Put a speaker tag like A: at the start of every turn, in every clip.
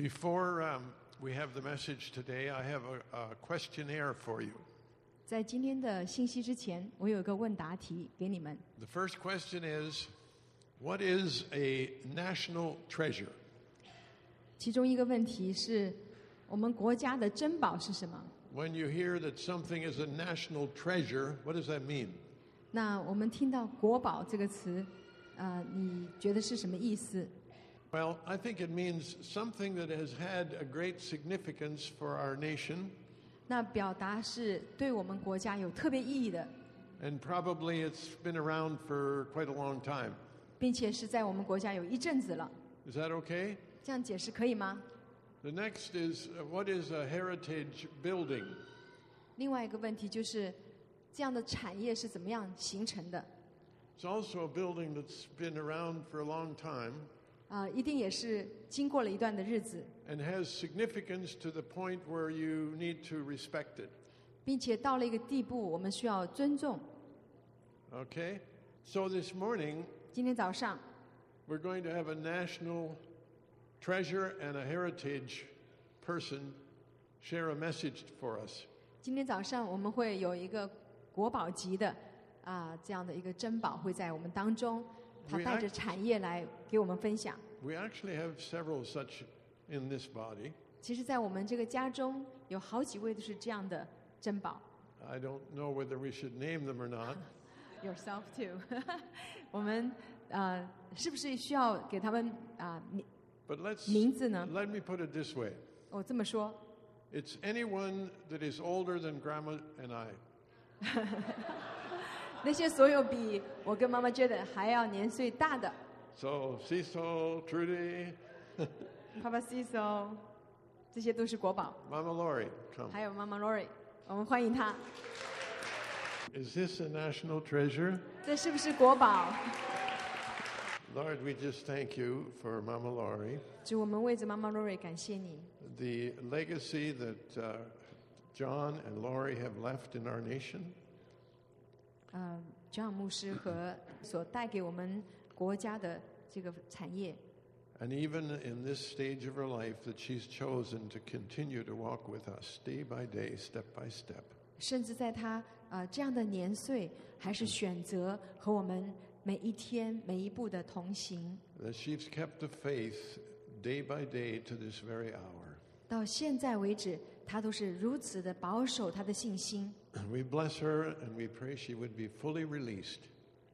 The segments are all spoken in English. A: Before um, we have the message today, I have a, a questionnaire for you.
B: 在今天的信息之前，我有一个问答题给你们。
A: The first question is What is a national treasure?
B: 其中一个问题是，我们国家的珍宝是什么？
A: When you hear that something is a national treasure, what does that mean?
B: 那我们听到“国宝”这个词，呃，你觉得是什么意思？
A: Well, I think it means something that has had a great significance for our nation,
B: 那表达是对我们国家有特别意义的，
A: and probably it's been around for quite a long time.
B: 并且是在我们国家有一阵子了。
A: Is that okay?
B: 这样解释可以吗？
A: The next is uh, What is a heritage building?
B: 另外一个问题就是，这样的产业是怎么样形成的？
A: It's also a building that's been around for a long time
B: 啊，一定也是经过了一段的日子，
A: and has significance to the point where you need to respect it.
B: 并且到了一个地步，我们需要尊重。
A: Okay? So this morning,
B: 今天早上，
A: we're going to have a national treasure and a heritage person share a message for us.
B: 今天早上我们会有一个国宝级的啊、这样的一个珍宝会在我们当中，他
A: We
B: 带着
A: act-
B: 产业来给我们分享。
A: We actually have several such in this body.
B: 其实，在我们这个家中有好几位都是这样的珍宝。
A: I don't know whether we should name them or not.
B: Yourself too，我们呃是不是需要给他们啊、名
A: But let's
B: 名字呢？
A: let me put it this way.
B: 我这么说，
A: It's anyone that is older than grandma and I.
B: 那些所有比我跟妈妈 j a 还要年岁大的
A: So Cecil, Trudy,
B: Papa Ciso，这些都是国宝，
A: Mama Lori, come.
B: 还有妈妈 Lori，我们欢迎她。
A: Is this a national treasure?
B: 这是不是国宝？
A: Lord, we just thank you for Mama Lori.
B: 主，我们为着妈妈 Lori 感谢你，
A: the legacy that uh, John and Laurie have left in our nation.
B: 呃，乔尔牧师和所带给我们国家的这个产业，
A: And even in this stage of her life, that she's chosen to continue to walk with us day by day, step by step.
B: 甚至在她呃这样的年岁，还是选择和我们每一天每一步的同行，
A: That she's kept the faith day by day to this very hour.
B: 到现在为止，她都是如此的保守她的信心。
A: We bless her and we pray she would be fully released,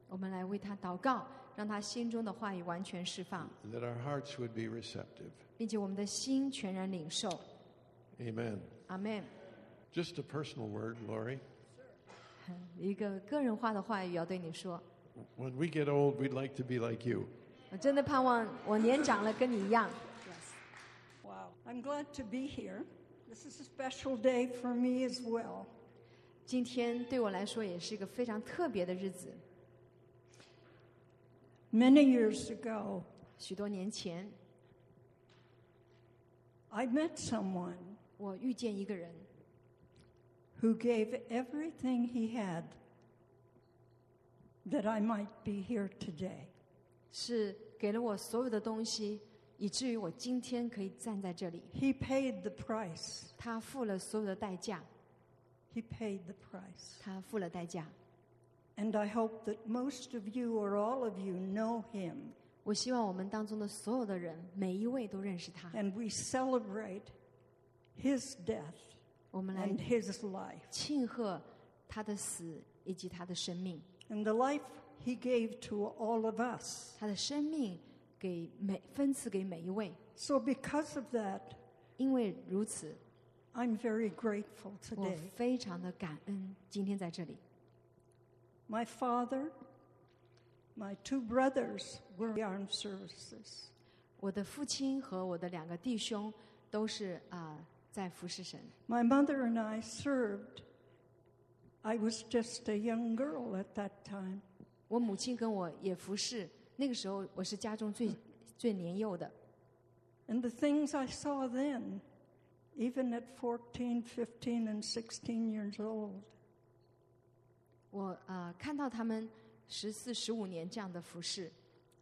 B: 我们来为她祷告，让她心中的话语完全释放，
A: and that our hearts would be receptive.
B: 并且我们的心全然领受。
A: Amen.
B: 阿门。
A: Just a personal word, Laurie.
B: 一个个人化的话语要对你说。
A: When we get old, we'd like to be like you.
B: 我真的盼望我年长了跟你一样。
C: Yes. Wow. I'm glad to be here. This is a special day for me as well.
B: 今天对我来说也是一个非常特别的日子。
C: Many years ago,
B: 许多年前，
C: I met someone
B: 我遇见一个人，
C: who gave everything he had that I might be here today.
B: 是给了我所有的东西，以至于我今天可以站在这里。
C: He paid the price.
B: 他付了所有的代价，
C: He paid the price.
B: 他付了代价。
C: And I hope that most of you or all of you know him
B: 我希望我们当中的所有的人，每一位都认识他。
C: and we celebrate his death
B: 我们来
C: and his life.
B: 庆贺他的死以及他的生命，
C: and the life he gave to all of us.
B: 他的生命给每分赐给每一位。
C: So, because of that,
B: 因为如此，
C: I'm very grateful
B: 我
C: today.
B: 非常的感恩，今天在这里。
C: My father, my two brothers were in the armed services.
B: 我的父亲和我的两个弟兄都是啊、在服侍神。
C: My mother and I served. I was just a young girl at that time.
B: 我母亲跟我也服侍，那个时候我是家中最最年幼的。
C: And the things I saw then, even at 14, 15, and 16 years old,
B: 我啊、看到他们十四、十五年这样的服侍，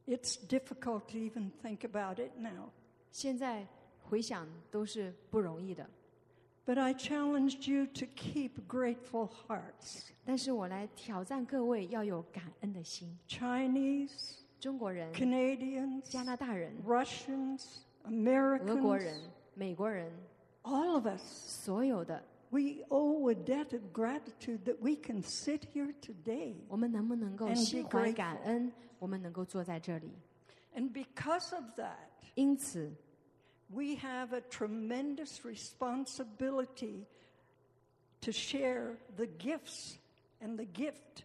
C: it's difficult to even think about it now.
B: 现在回想都是不容易的。
C: But I challenged you to keep grateful hearts.
B: 但是我来挑战各位要有感恩的心。
C: Chinese,
B: 中国人、
C: Canadians,
B: 加拿大人、
C: Russians,
B: 俄国
C: Americans,
B: 人、美国人，
C: all of us,
B: 所有的，
C: we owe a debt of gratitude that we can sit here today.
B: 我们能不能够
C: And be
B: 心怀感
C: grateful.
B: 恩？我们能够坐在这里。
C: And because of that,
B: 因此，
C: we have a tremendous responsibility to share the gifts and the gift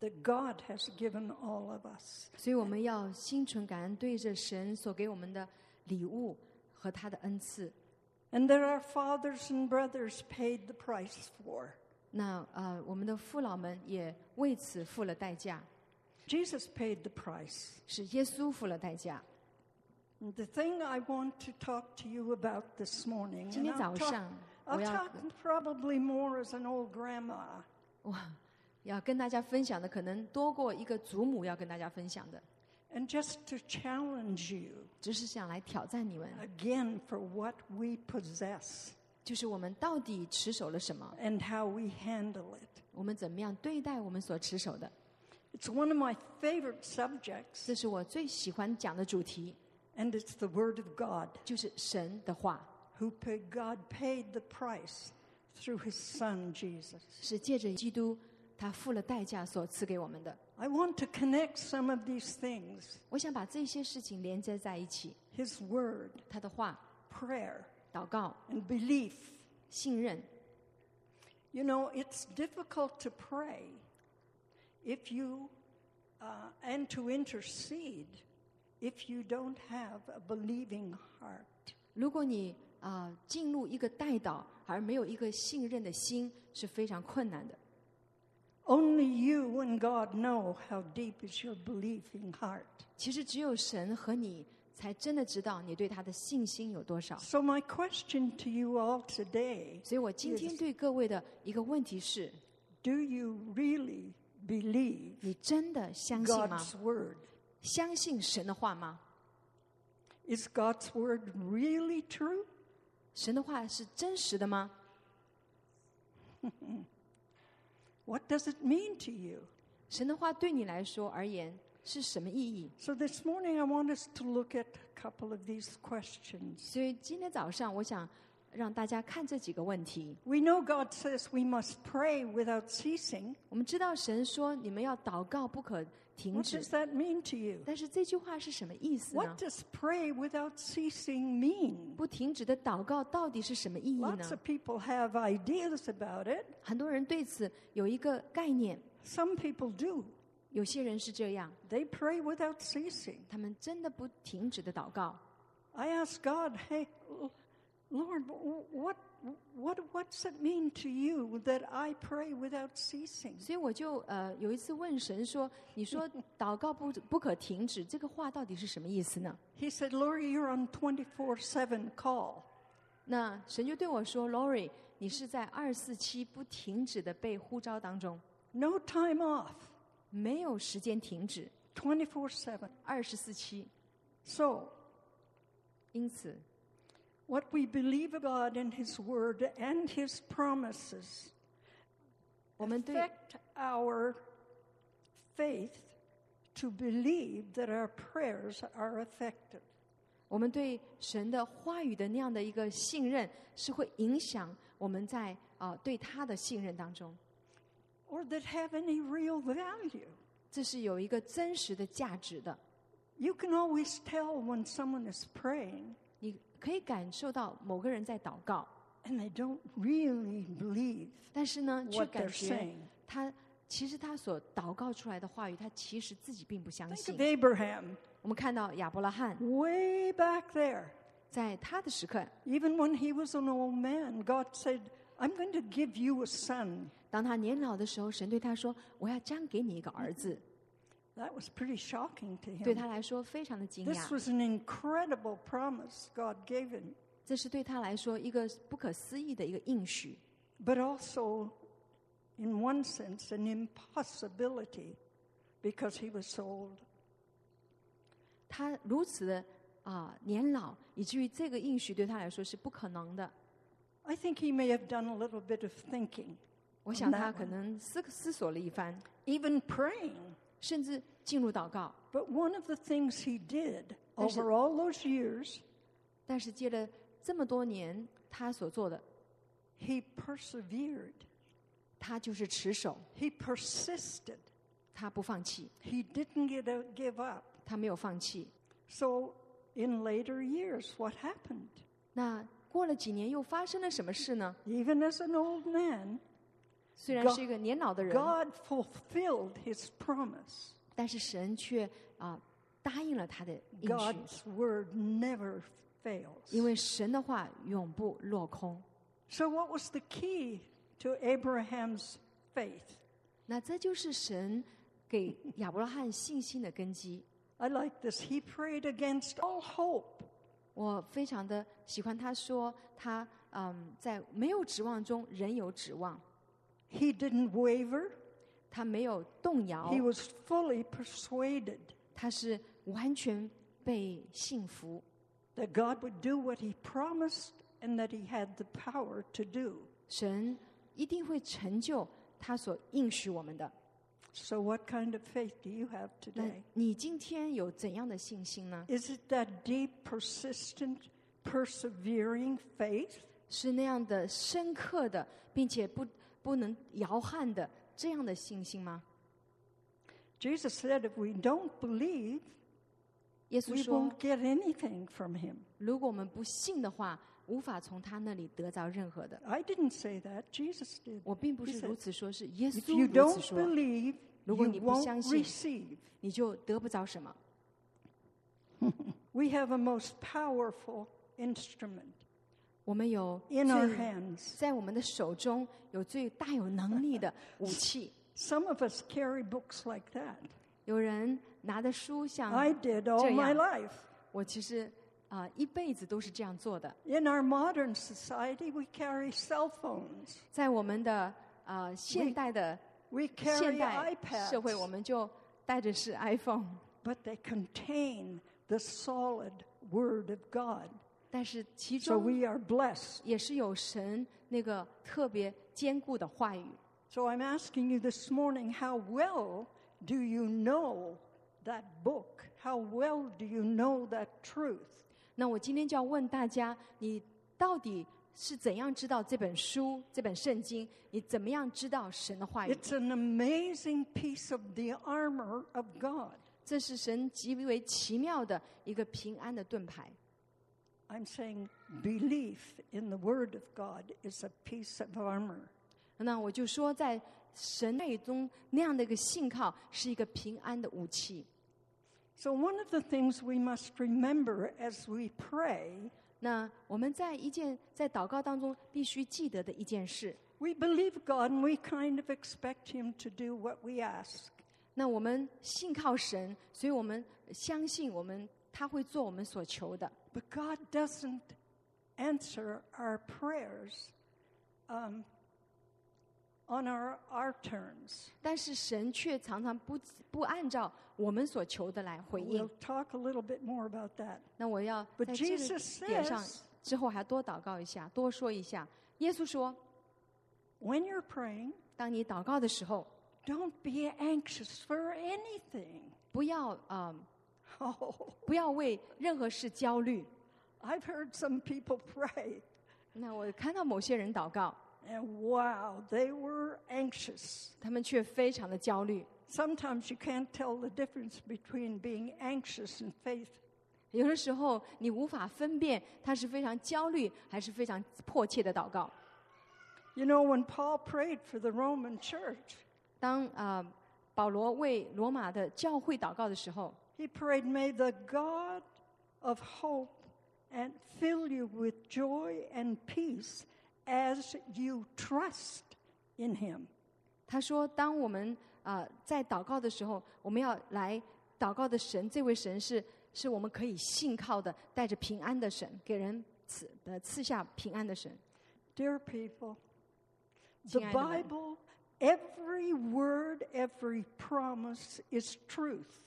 C: that God has given all of us.
B: 所以我们要心存感恩，对着神所给我们的礼物和他的恩赐。
C: And that our fathers and brothers paid the price for.
B: 那呃，我们的父老们也为此付了代价，
C: Jesus paid the price.
B: 是耶稣付了代价。
C: And the thing I want to talk to you about this morning,
B: 今天
C: and I'll
B: 早
C: talk-
B: 上
C: I'll
B: 我要
C: talk probably more as an old grandma.
B: 我要跟大家分享的，可能多过一个祖母要跟大家分享的，
C: And just to challenge you
B: 只是想来挑战你们，
C: again for what we possess
B: 就是我们到底持守了什么，
C: and how we handle it.
B: 我们怎么样对待我们所持守的，
C: It's one of my favorite subjects,
B: 这是我最喜欢讲的主题，
C: and it's the Word of God,
B: 就是神的话，
C: who paid, God paid the price through His Son Jesus.
B: 是借着基督他付了代价所赐给我们的。
C: I want to connect some of these things:
B: 我想把这些事情连接在一起，
C: His Word,
B: 他的话、
C: prayer,
B: 祷告、
C: and belief.
B: 信任。
C: You know, it's difficult to pray if you uh, and to intercede if you don't have a believing heart.
B: 如果你啊、进入一个代祷而没有一个信任的心，是非常困难的。
C: Only you and God know how deep is your believing heart.
B: 其实只有神和你才真的知道你对他的信心有多少。
C: So, my question to you all today
B: 所以我今天对各位的一个问题是：
C: do you really believe
B: 你真的相信吗？
C: God's Word?
B: 相信神的话吗？
C: Is God's Word really true?
B: 神的话是真实的吗？
C: What does it mean to you?
B: 神的话对你来说而言是什么意义？
C: So, this morning I want us to look at a couple of these questions.
B: 所以今天早上我想让大家看这几个问题。
C: We know God says we must pray without ceasing.
B: 我们知道神说你们要祷告不可停
C: What
B: 止
C: does，that mean to you?
B: 但是这句话是什么意思
C: What
B: 呢？
C: does pray without ceasing mean?
B: 不停止的祷告到底是什么意义
C: Lots
B: 呢
C: of？people have ideas about it.
B: 很多人对此有一个概念，
C: Some people do.
B: 有些人是这样，
C: They pray without ceasing.
B: 他们真的不停止的祷告。
C: I ask God, hey, L- Lord, wh- what, what, what's it mean to you that I pray without ceasing?
B: 所以我就呃有一次问神说：“你说祷告不不可停止，这个话到底是什么意思呢
C: He said, Lori, you're on 24 7 call.？”
B: 那神就对我说：“Lori，你是在二四七不停止的被呼召当中，
C: No time off,
B: 没有时间停止，
C: 24 7.
B: 二十四七。
C: So,
B: 因此，
C: what we believe God and His Word and His promises
B: 我们对
C: affect our faith to believe that our prayers are effective.
B: 我们对神的话语的那样的一个信任，是会影响我们在啊、呃对他的信任当中，
C: or that have any real value.
B: 这是有一个真实的价值的。
C: You can always tell when someone is praying
B: 你可以感受到某个人在祷告，
C: and they don't really believe
B: 但是呢，却
C: what
B: 感
C: they're
B: 觉
C: saying.
B: 他其实他所祷告出来的话语，他其实自己并不相
C: Think
B: 信
C: of。Abraham,
B: 我们看到亚伯拉罕
C: way back there.
B: 在他的时刻，
C: Even when he was an old man, God said, I'm going to give you a son.
B: 当他年老的时候，神对他说：“我要将给你一个儿子。
C: That was pretty shocking to ”
B: 对
C: him.
B: 他来说非常的惊
C: This
B: 讶，
C: was an incredible promise God gave him,
B: 这是对他来说一个不可思议的一个应许。
C: but also, in one sense, an impossibility because he was so old.
B: 他如此的啊、年老，以至于这个应许对他来说是不可能的。
C: I think he may have done a little bit of thinking,
B: 我想
C: 明白
B: 他可能思思索了一番，
C: even praying.
B: 甚至进入祷告。
C: But one of the things he did
B: There's a-
C: over all those years,
B: 但是借了这么多年，他所做的，
C: he persevered,
B: 他就是持守，
C: he persisted,
B: 他不放弃，
C: he didn't get a, give up.
B: 他没有放弃。
C: So in later years, what happened?
B: 那过了几年，又发生了什么事呢？
C: Even as an old man,
B: 虽然
C: God-
B: 是一个年老的人，
C: God fulfilled his promise.
B: 但是神却啊、答应了他的应许，
C: God's word never fails.
B: 因为神的话永不落空。
C: So, what was the key to Abraham's faith?
B: 那这就是神给亚伯拉罕信心的根基。
C: I like this. He prayed against all hope.
B: 我非常的喜欢他说他嗯，在没有指望中仍有指望，
C: He didn't waver,
B: 他没有动摇
C: he，was fully persuaded
B: 他是完全被信服，
C: that God would do what he promised and that he had the power to do.
B: 神一定会成就他所应许我们的。
C: So, what kind of faith do you have
B: 那
C: today?
B: 你今天有怎样的信心呢？
C: Is it that deep, persistent, persevering faith?
B: 是那样的深刻的，并且不不能摇撼的这样的信心吗？
C: Jesus said if we don't believe,
B: 耶稣
C: we
B: 说
C: won't，get anything from him.
B: 如果我们不信的话，无法从他那里得着任何的。
C: I didn't say that. Jesus did.
B: 我并不
C: He
B: 是
C: said,
B: 如此说，是耶
C: If
B: 稣
C: you
B: 如此
C: don't
B: 说，
C: believe, you
B: 如果你不
C: won't
B: 相信。
C: receive.
B: 你就得不着什么。
C: We have a most powerful instrument
B: 我们有
C: in our
B: 最
C: hands.
B: 在我们的手中有最大有能力 的武器。
C: Some of us carry books like that.
B: 有人拿着书像
C: I did all my
B: 这样。
C: life.
B: 我，其实啊、一辈子都是这样做的。
C: In our modern society, we carry cell phones.
B: 在我们的啊、现代的
C: We
B: 现
C: carry
B: 代社会，我
C: iPads,
B: 们就带着是 iPhone，
C: but they contain the solid Word of God.
B: 但是其
C: So
B: 中
C: we are blessed.
B: 也是有神那个特别坚固的话语。
C: So I'm asking you this morning how well do you know that book? How well do you know that truth?
B: 那我今天就要问大家，你到底是怎样知道这本书、这本圣经？你怎么样知道神的话语？
C: It's an amazing piece of the armor of God.
B: 这是神极为奇妙的一个平安的盾牌。
C: I'm saying belief in the Word of God is a piece of armor.
B: 那我就说，在神爱中那样的一个信靠是一个平安的武器。
C: So, one of the things we must remember as we pray,
B: 那我们在一件在祷告当中必须记得的一件事，
C: we believe God and we kind of expect Him to do what we ask.
B: 那我们信靠神，所以我们相信我们他会做我们所求的。
C: But God doesn't answer our prayers um, on our, our terms.
B: 但是神却常常不不按照我们所求的来回应
C: We'll。talk a little bit more about that.
B: 那我要
C: But
B: 在这
C: Jesus
B: 个点上
C: says-
B: 之后还多祷告一下，多说一下。耶稣说，
C: When you're praying,
B: 当你祷告的时候，
C: don't be anxious for anything.
B: 不要啊、呃
C: Oh,
B: 不要为任何事焦虑。
C: I've heard some people pray,
B: 那我看到某些人祷告，
C: and wow, they were anxious.
B: 他们却非常的焦虑。
C: Sometimes you can't tell the difference between being anxious and faith.
B: 有的时候你无法分辨他是非常焦虑还是非常迫切的祷告。
C: You know, when Paul prayed for the Roman church,
B: 当啊、呃保罗为罗马的教会祷告的时候，
C: He prayed, May the God of hope and fill you with joy and peace as you trust in him.
B: 他说：“当我们啊、呃在祷告的时候，我们要来祷告的神，这位神是是我们可以信靠的，带着平安的神，给人赐呃赐下平安的神。
C: Dear people, the
B: 亲爱的们。
C: Bible, every word, every promise is truth.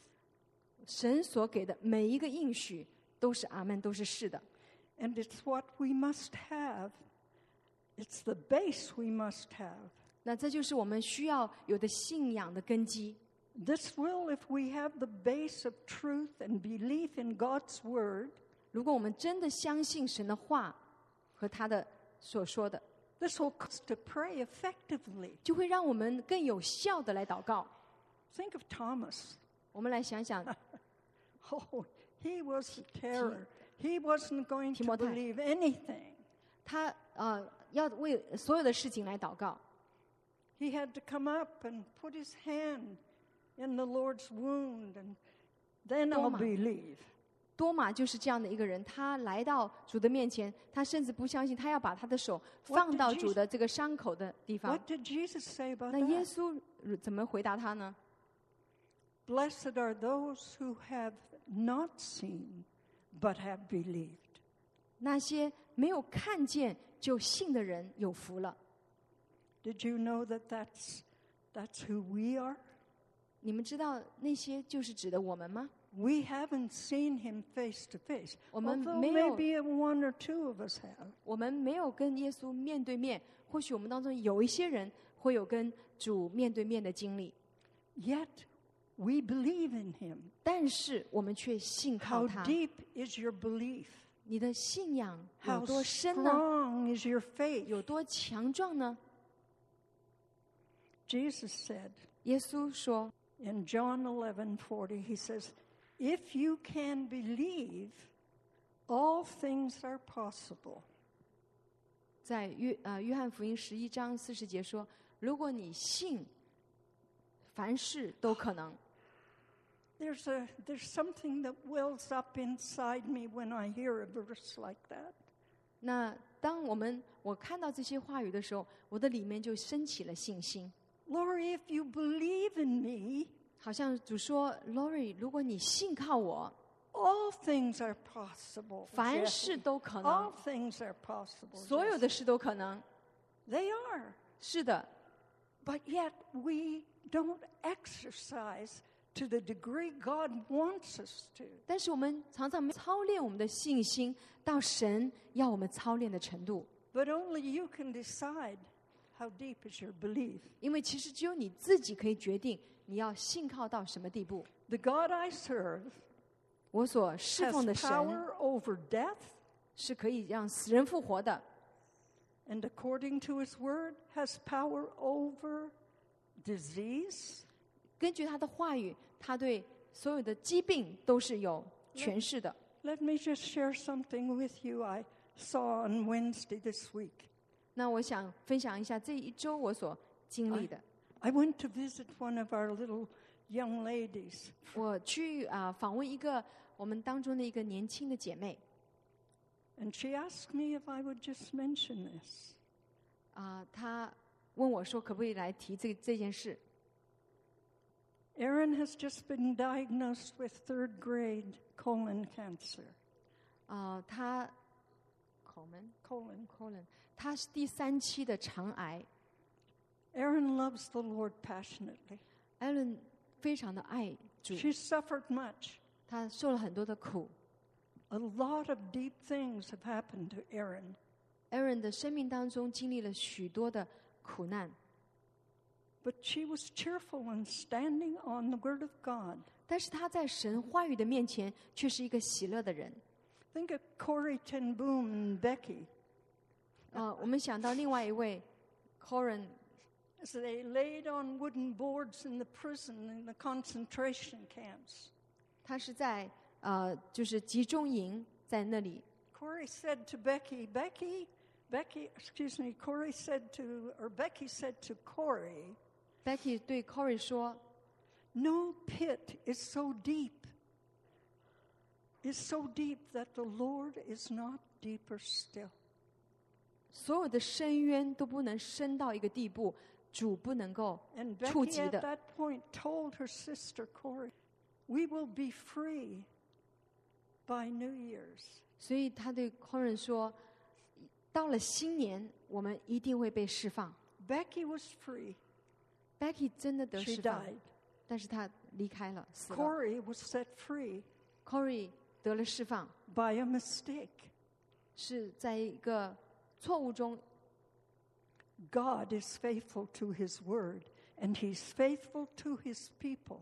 B: 神所给的每一个应许都是阿门，都是是的。
C: And it's what we must have. It's the base we must have.
B: 那这就是我们需要有的信仰的根基。
C: This will, if we have the base of truth and belief in God's word,
B: 如果我们真的相信神的话和他的所说的，
C: this will cause us to pray effectively.
B: 就会让我们更有效的来祷告。
C: Think of Thomas.
B: 我们来想想
C: Oh, he was a terror. He wasn't going to
B: Timothy.
C: believe anything.
B: 他呃要为所有的事情来祷告，
C: He had to come up and put his hand in the Lord's wound, and then I'll
B: Toma.
C: believe.
B: 多玛就是这样的一个人，他来到主的面前，他甚至不相信，他要把他的手
C: What
B: 放到
C: did
B: 主的这个伤口的地方
C: What。did Jesus say about
B: 那耶
C: that?
B: 稣怎么回答他呢？
C: Blessed are those who have not seen but have believed.
B: 那些没有看见就信的人有福了。
C: Did you know that that's, that's who we are?
B: 你们知道那些就是指的我们吗？
C: We haven't seen him face to face.
B: 我们
C: Although
B: 没有-
C: maybe one or two of us have.
B: 我们没有跟耶稣面对面，或许我们当中有一些人会有跟主面对面的经历，
C: Yet we believe in him.
B: 但是我们却信靠
C: How
B: 他。
C: deep is your belief?
B: 你的信仰有
C: How
B: 多深呢？
C: strong is your faith?
B: 有多强壮呢？
C: Jesus said
B: 耶稣说，
C: in John 11:40, he says, "If you can believe, all things are possible."
B: 在约呃约翰福音十一章四十节说，如果你信，凡事都可能。
C: There's a there's something that wells up inside me when I hear a verse like that.
B: 那当我们我看到这些话语的时候，我的里面就升起了信心，
C: Lori, if you believe in me,
B: 好像主说，Lori，如果你信靠我，
C: all things are possible.
B: 凡
C: Jesse.
B: 事都可
C: all
B: 能，
C: things are possible.
B: 所有
C: Jesse.
B: 的事都可能。
C: They are.
B: 是的，
C: But yet we don't exercise to the degree God wants us to.
B: 但是我们常常没有操练我们的信心到神要我们操练的程度，
C: But only you can decide how deep is your belief.
B: 因为其实只有你自己可以决定你要信靠到什么地步。
C: The God I serve
B: 我所侍奉的
C: has
B: 神
C: power over death,
B: 是可以让死人复活的，
C: and according to his word, has power over disease.
B: 根据他的话语，他对所有的疾病都是有诠释的。
C: Let me just share something with you I saw on Wednesday this week.
B: 那我想分享一下这一周我所经历的。
C: I went to visit one of our little young ladies
B: 我去啊、访问一个我们当中的一个年轻的姐妹
C: And she asked me if I would just mention this.
B: 啊、她问我说可不可以来提这这件事。
C: Erin has just been diagnosed with third grade colon cancer.
B: 啊、她口门
C: Colon.
B: colon，她是第三期的肠癌。
C: Erin loves the Lord passionately.
B: Allen 非常的爱主，
C: She suffered much.
B: 她受了很多的苦。
C: A lot of deep things have happened to Erin.
B: Aaron 的生命当中经历了许多的苦难，
C: But she was cheerful and standing on the Word of God.
B: 但是他在神话语的面前却是一个喜乐的人。
C: Think of Corey Ten Boom and Becky.
B: 呃，我们想到另外一位 Corin，
C: As they laid on wooden boards in the prison in the concentration camps.
B: 他是在呃就是集中营在那里。
C: Corey said to Becky, Becky, Becky, excuse me, Corey said to, or Becky said to Corey,
B: Becky 对 Cory 说
C: no pit is so deep, is so deep that the Lord is not deeper still.：“
B: 所有的深渊都不能深到一个地步，主不能够
C: And
B: 触
C: Becky
B: 及
C: at
B: 的。
C: that point told her sister Corey, we will be free by New Year's. ”
B: 所以他对 Corin 说：“到了新年，我们一定会被释放。
C: Becky was free.
B: ”Becky 真的得
C: She
B: 释放，
C: died.
B: 但是他离开了，死了。
C: Corey was set free.
B: Corey 得了释放，
C: by a mistake.
B: 是在一个错误中，
C: God is faithful to his word, and he's faithful to his people.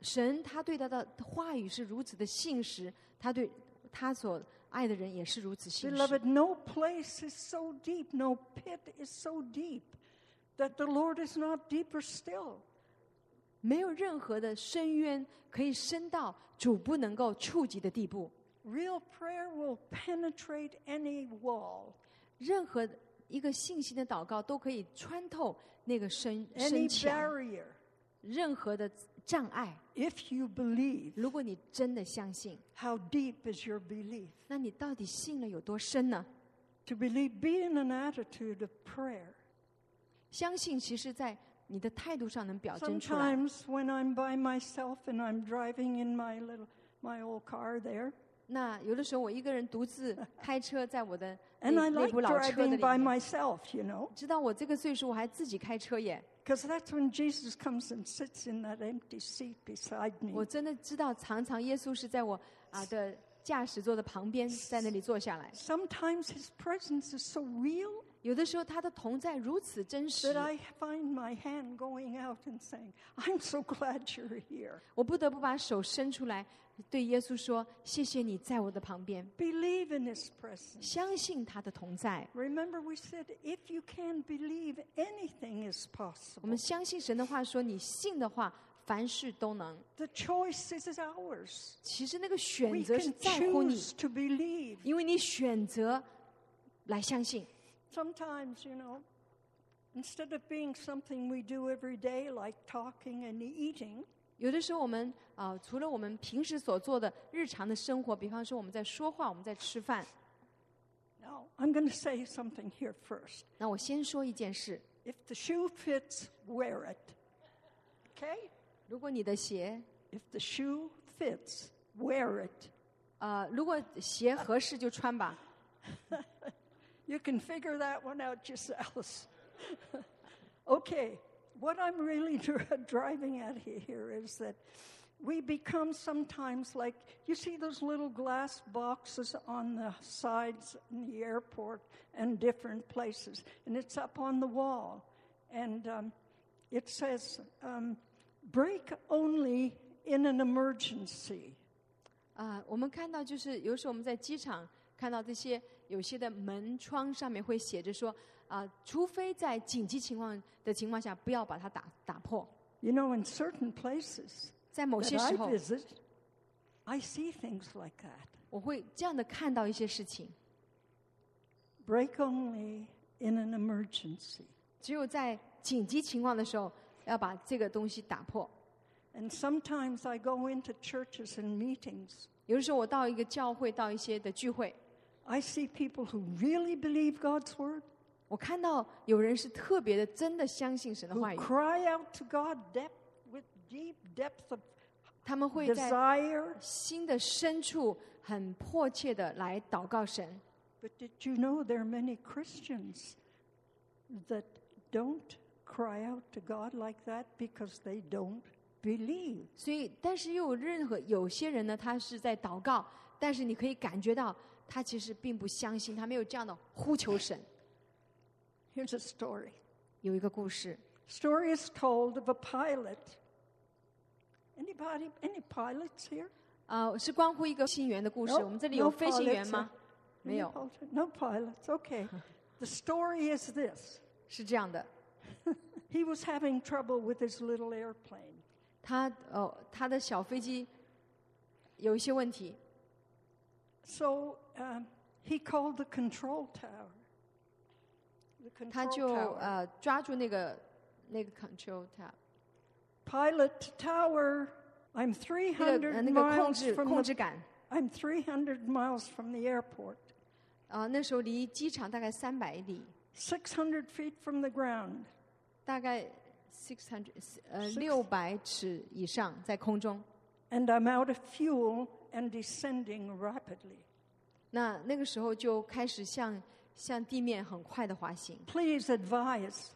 B: 神他对他的话语是如此的信实，他对他所爱的人也是如此信实。
C: Beloved, no place is so deep, no pit is so deep that the Lord is not deeper still.
B: 没有任何的深渊可以深到主不能够触及的地步。
C: Real prayer will penetrate any wall,
B: 任何一个信心的祷告都可以穿透那个深
C: any
B: 深墙，
C: barrier,
B: 任何的障碍。
C: if you believe.
B: 如果你真的相信，
C: How deep is your belief?
B: 那你到底信了有多深呢？
C: To believe, be in an attitude of prayer.
B: 相信其实，在你的态度上能表征出来。
C: Sometimes when I'm by myself and I'm driving in my little my old car there,
B: 那有的时候我一个人独自开车，在我的
C: and
B: 那
C: I
B: 那
C: like
B: 部老车的里
C: driving by
B: 面，
C: myself, you know,
B: 直到我这个岁数，我还自己开车耶。
C: because that's when Jesus comes and sits in that empty seat beside me.
B: 我真的知道，常常耶稣是在我啊的驾驶座的旁边，在那里坐下来。
C: Sometimes his presence is so real
B: 有的时候他的同在如此真实
C: that，I find my hand going out and saying, "I'm so glad you're here."
B: 我不得不把手伸出来，对耶稣说：“谢谢你在我的旁边，
C: Believe in his presence.
B: 相信他的同在。
C: Remember, we said if you can believe, anything is ” possible.
B: 我们相信神的话说：“你信的话，凡事都能。
C: The choice is ours. ”
B: 其实那个
C: We
B: 选择是
C: can
B: 在乎你，
C: choose to believe.
B: 因为你选择来相信。
C: Sometimes, you know, instead of being something we do every day, like talking and eating,
B: 有的时候我们啊、呃除了我们平时所做的日常的生活，比方说我们在说话，我们在吃饭。
C: no, I'm going to say something here first.
B: 那我先说一件事：
C: If the shoe fits, wear it. Okay?
B: 如果你的鞋，
C: If the shoe fits, wear it.
B: 呃，如果鞋合适就穿吧。
C: You can figure that one out yourselves. okay, what I'm really dri- driving at he- here is that we become sometimes like you see those little glass boxes on the sides in the airport and different places, and it's up on the wall, and um, it says, um, break only in an emergency.
B: 啊、我们看到就是有时候我们在机场看到这些有些的门窗上面会写着说啊、除非在紧急情况的情况下，不要把它打打破。
C: You know, in certain places,
B: 在某些
C: that
B: 时
C: I
B: 候，
C: visit, I see things like that.
B: 我会这样的看到一些事情，
C: Break only in an emergency.
B: 只有在紧急情况的时候，要把这个东西打破。
C: And sometimes I go into churches and meetings.
B: 有的时候我到一个教会，到一些的聚会，
C: I see people who really believe God's word,
B: 我看到有人是特别的，真的相信神的
C: who
B: 话语，
C: cry out to God depth, with deep depth of
B: 他们会在
C: desire.
B: 心的深处很迫切的来祷告神。
C: But did you know there are many Christians that don't cry out to God like that because they don't believe?
B: 所以，但是又有任何有些人呢，他是在祷告，但是你可以感觉到他其实并不相信，他没有这样的呼求神。
C: Here's a story.
B: 有一个故事，
C: Story is told of a pilot. Anybody, any pilots here?
B: 呃，是关乎一个飞行员的故事。
C: Nope,
B: 我们这里
C: no
B: 有飞行员
C: pilots
B: 吗
C: here.？
B: 没
C: Any
B: 有，
C: pilot- No pilots. Okay. the story is this:
B: 是这样的。
C: he was having trouble with his little airplane,
B: 他呃，他的小飞机有一些问题，
C: so um, he called the control tower. The
B: 他
C: control
B: 就
C: tower.
B: 呃抓住那个那个 control tab，
C: Pilot tower.
B: 那
C: I'm
B: 个、呃、
C: 300
B: 那个控
C: miles
B: 制
C: from
B: 控制
C: the,
B: 感。
C: I'm 300 miles from the airport,
B: 啊、那时候离机场大概三百里，
C: 600 feet from the ground.
B: 大概 six hundred 呃
C: Six-
B: 六百尺以上在空中。
C: and I'm out of fuel and descending rapidly.
B: 那那个时候就开始向向地面很快的滑行，
C: Please advise.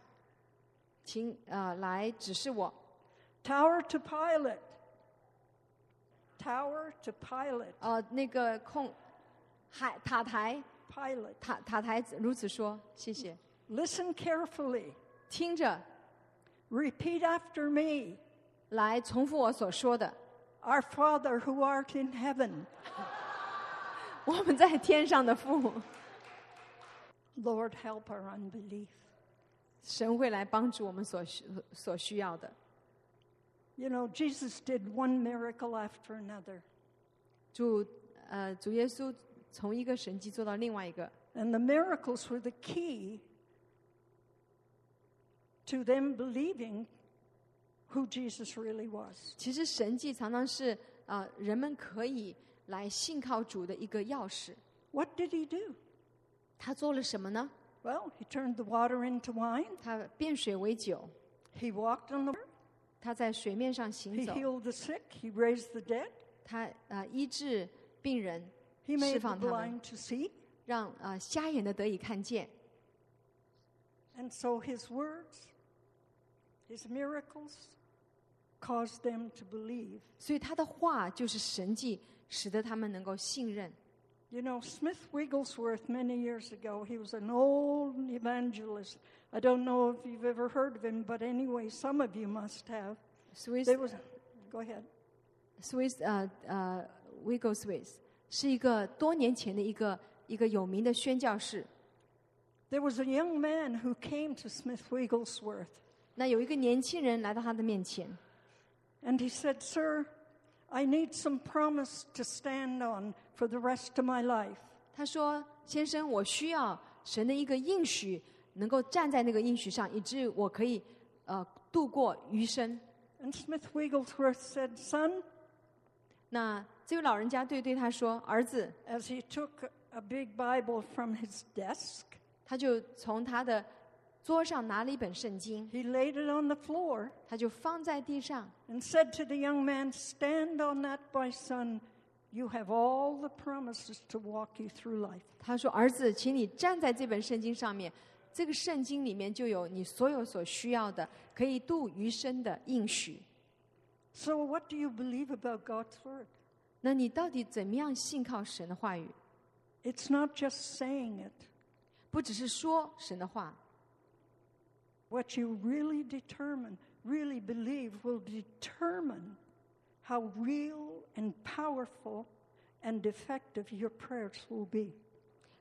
B: 请呃来指示我，
C: Tower to pilot. tower to Pilate.
B: 呃，那个控海塔台
C: Pilate.
B: 塔塔台子如此说，谢谢，
C: Listen carefully.
B: 听着，
C: Repeat after me.
B: 来重复我所说的。
C: Our Father who art in heaven,
B: 我们在天上的父，
C: Lord, help our unbelief.
B: 神会来帮助我们所需所需要的。
C: You know, Jesus did one miracle after another,
B: 主呃，主耶稣从一个神迹做到另外一个，
C: and the miracles were the key to them believing who Jesus really was.
B: 其实神迹常常是呃人们可以来信靠主的一个钥匙。
C: What did he do?
B: 他做了什么呢？
C: Well, he turned the water into wine,
B: 他变水为酒，
C: he walked on the water,
B: 他在水面上行
C: he
B: 走，
C: healed the sick, he raised the dead,
B: 他呃医治病人，
C: he made the
B: 释放他们。
C: blind to see.
B: 让呃瞎眼的得以看见。
C: And so his words, his miracles, caused them to believe.
B: 所以他的话就是神迹，使得他们能够信任。
C: You know, Smith Wigglesworth, many years ago, he was an old evangelist. I don't know if you've ever heard of him, but anyway, some of you must have. There
B: Swiss
C: was, go ahead.
B: Swiss 呃呃 w i g g l e Swiss 是一个多年前的一个一个有名的宣教士。
C: There was a young man who came to Smith Wigglesworth,
B: 那有一个年轻人来到他的面前，
C: and he said, Sir, I need some promise to stand on for the rest of my life.
B: 他说：“先生，我需要神的一个应许，能够站在那个应许上，以致我可以呃度过余生。
C: And Smith Wigglesworth said, Son, ”
B: 那这位老人家对对他说：“儿子，
C: as he took a big Bible from his desk,
B: 他就从他的桌上拿了一本圣经，
C: he laid it on the floor
B: 他就放在地上，
C: and said to the young man, Stand on that, my son. You have all the promises to walk you through life.
B: 他说：“儿子，请你站在这本圣经上面，这个圣经里面就有你所有所需要的，可以度余生的应许。
C: So, what do you believe about God's word?
B: 那你到底怎么样信靠神的话语？
C: It's not just saying it.
B: 不只是说神的话，
C: What you really determine, really believe, will determine how real and powerful and effective your prayers will be.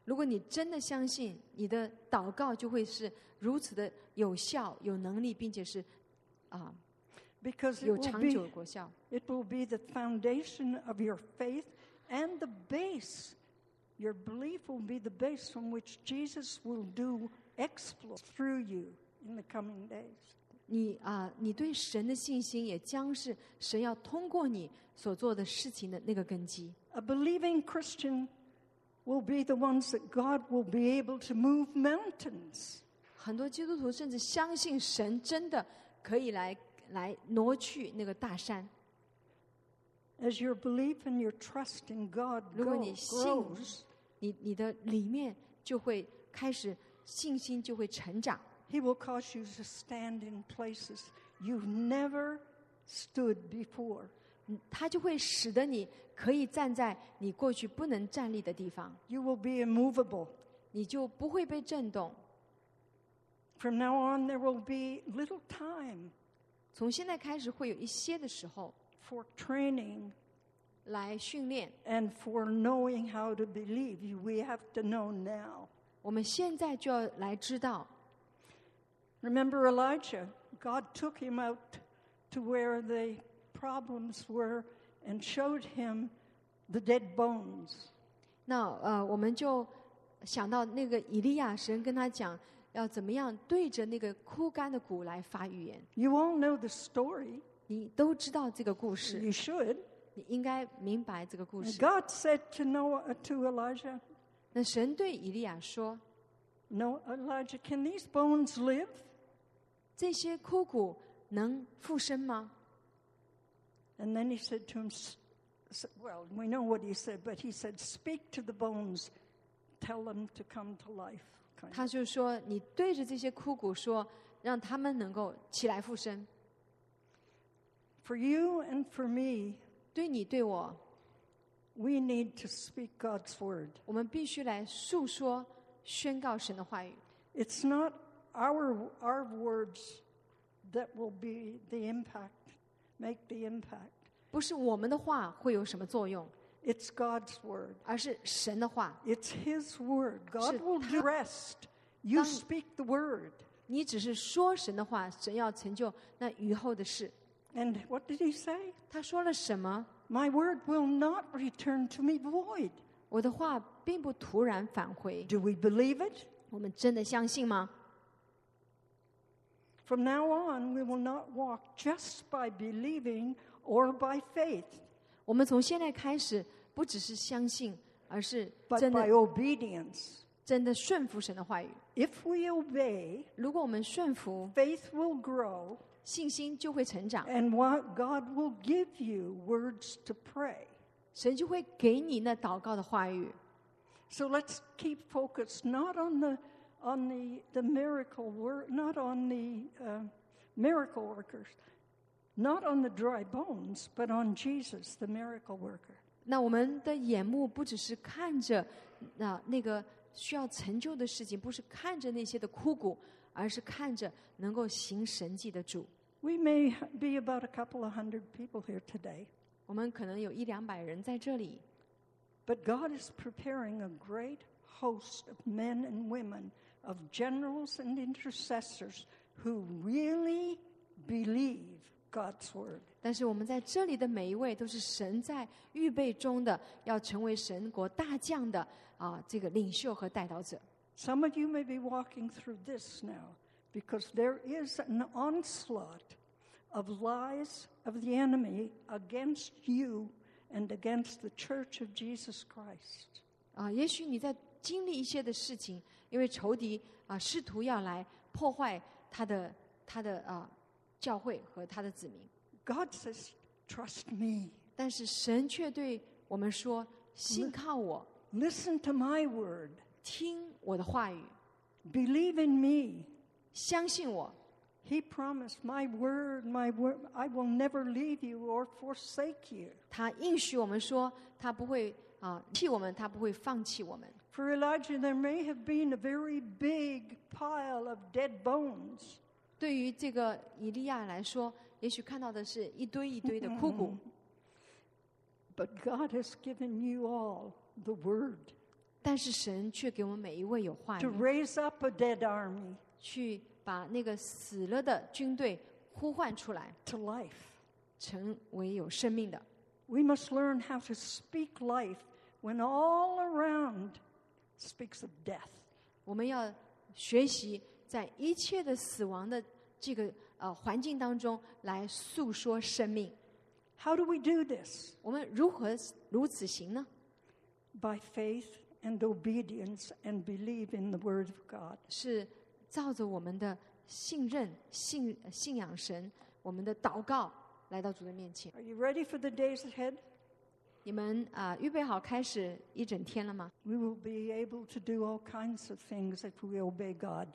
B: 如果你真的相信，你的祷告就会是如此的有效、有能力，并且是啊、
C: Because it
B: 有
C: will
B: 长
C: be
B: 久的果效。
C: It will be the foundation of your faith and the base. Your belief will be the base from which Jesus will do exploits through you in the coming days.
B: 你啊、你对神的信心也将是神要通过你所做的事情的那个根基。
C: A believing Christian will be the ones that God will be able to move mountains.
B: 很多基督徒甚至相信神真的可以来来挪去那个大山。
C: As your belief and your trust in God
B: 如果
C: go-
B: 你信
C: grows,
B: 你你的里面就会开始信心就会成长，
C: He will cause you to stand in places you've never stood before.
B: 嗯它就会使得你可以站在你过去不能站立的地方，
C: You will be immovable.
B: 你就不会被震动。
C: From now on, there will be little time
B: 从现在开始会有一些的时候
C: for training
B: 来训练，
C: and for knowing how to believe. You- We have to know now.
B: 我们现在就要来知道
C: Remember Elijah? God took him out to where the problems were and showed him the dead bones.
B: 那呃，我们就想到那个以利亚，神跟他讲要怎么样对着那个枯干的骨来发预言。
C: You all know the story.
B: 你都知道这个故事，
C: You should.
B: 你应该明白这个故
C: And
B: 事。
C: 哎 God said to Noah, to Elijah,
B: 那神对以利亚说
C: "No, Elijah, can these bones live?"
B: 这些枯骨能复生吗？
C: And then he said to him, s- s- Well, we know what he said, but he said, Speak to the bones, tell them to come to life. kind of.
B: 他就说：“你对着这些枯骨说，让他们能够起来复生。
C: For you and for me,
B: 对你对我，
C: We need to speak God's word.
B: 我们必须来诉说、宣告神的话语。
C: It's not our, our words that will be the impact, make the impact.
B: 不是我们的话会有什么作用，
C: It's God's word.
B: 而是神的话。
C: It's His word. God
B: Should
C: will do
B: ta-
C: rest. You
B: Tang-
C: speak the word.
B: 你只是说神的话，神要成就那余后的事。
C: And what did He say?
B: 他说了什么？
C: My word will not return to me void.
B: 我的话并不突然返回。
C: Do we believe it?
B: 我们真的相信吗？
C: From now on, we will not walk just by believing or by faith,
B: 我们从现在开始，不只是相信，而是
C: but
B: 真
C: by
B: 的
C: obedience.
B: 真的顺服神的话语。
C: If we obey,
B: 如果我们顺服，
C: faith will grow,
B: 信心就会成长，
C: and what God will give you words to pray.
B: 神就会给你那祷告的话语。
C: So let's keep focused not on the on the the miracle work, not on the uh, miracle workers, not on the dry bones, but on Jesus, the miracle worker.
B: 那我们的眼目不只是看着那、那个需要成就的事情，不是看着那些的枯骨，而是看着能够行神迹的主。
C: We may be about a couple of hundred people here today,
B: 我们可能有一两百人在这里，
C: but God is preparing a great host of men and women, of generals and intercessors who really believe God's word.
B: 但是我们在这里的每一位都是神在预备中的，要成为神国大将的啊、这个领袖和带导者。
C: Some of you may be walking through this now because there is an onslaught of lies of the enemy against you and against the church of Jesus Christ.
B: 啊，也许你在经历一些的事情，因为仇敌啊试图要来破坏他的他的啊教会和他的子民，
C: God says, Trust me,
B: 但是神却对我们说：“信靠我，
C: listen to my word,
B: 听我的话语，
C: believe in me.
B: 相信我。
C: He promised, My word, my word, I will never leave you or forsake you. ”
B: 他应许我们说，他不会啊替我们，他不会放弃我们。
C: For Elijah, there may have been a very big pile of dead bones.
B: 对于这个以利亚来说，也许看到的是一堆一堆的枯骨，
C: But God has given you all the word
B: 但是神却给我们每一位有话
C: to
B: 语，
C: raise up a dead army
B: 去把那个死了的军队呼唤出来，
C: to life.
B: 成为有生命的。
C: We must learn how to speak life when all around speaks of death.
B: 我们要学习在一切的死亡的这个呃环境当中来诉说生命。
C: How do we do this?
B: 我们如何如此行呢？
C: By faith and obedience and believe in the word of God.
B: 是照着我们的信任、信信仰神，我们的祷告来到主的面前。
C: Are you ready for the days ahead?
B: 你们啊、呃预备好开始一整天了吗？
C: We will be able to do all kinds of things if we obey God.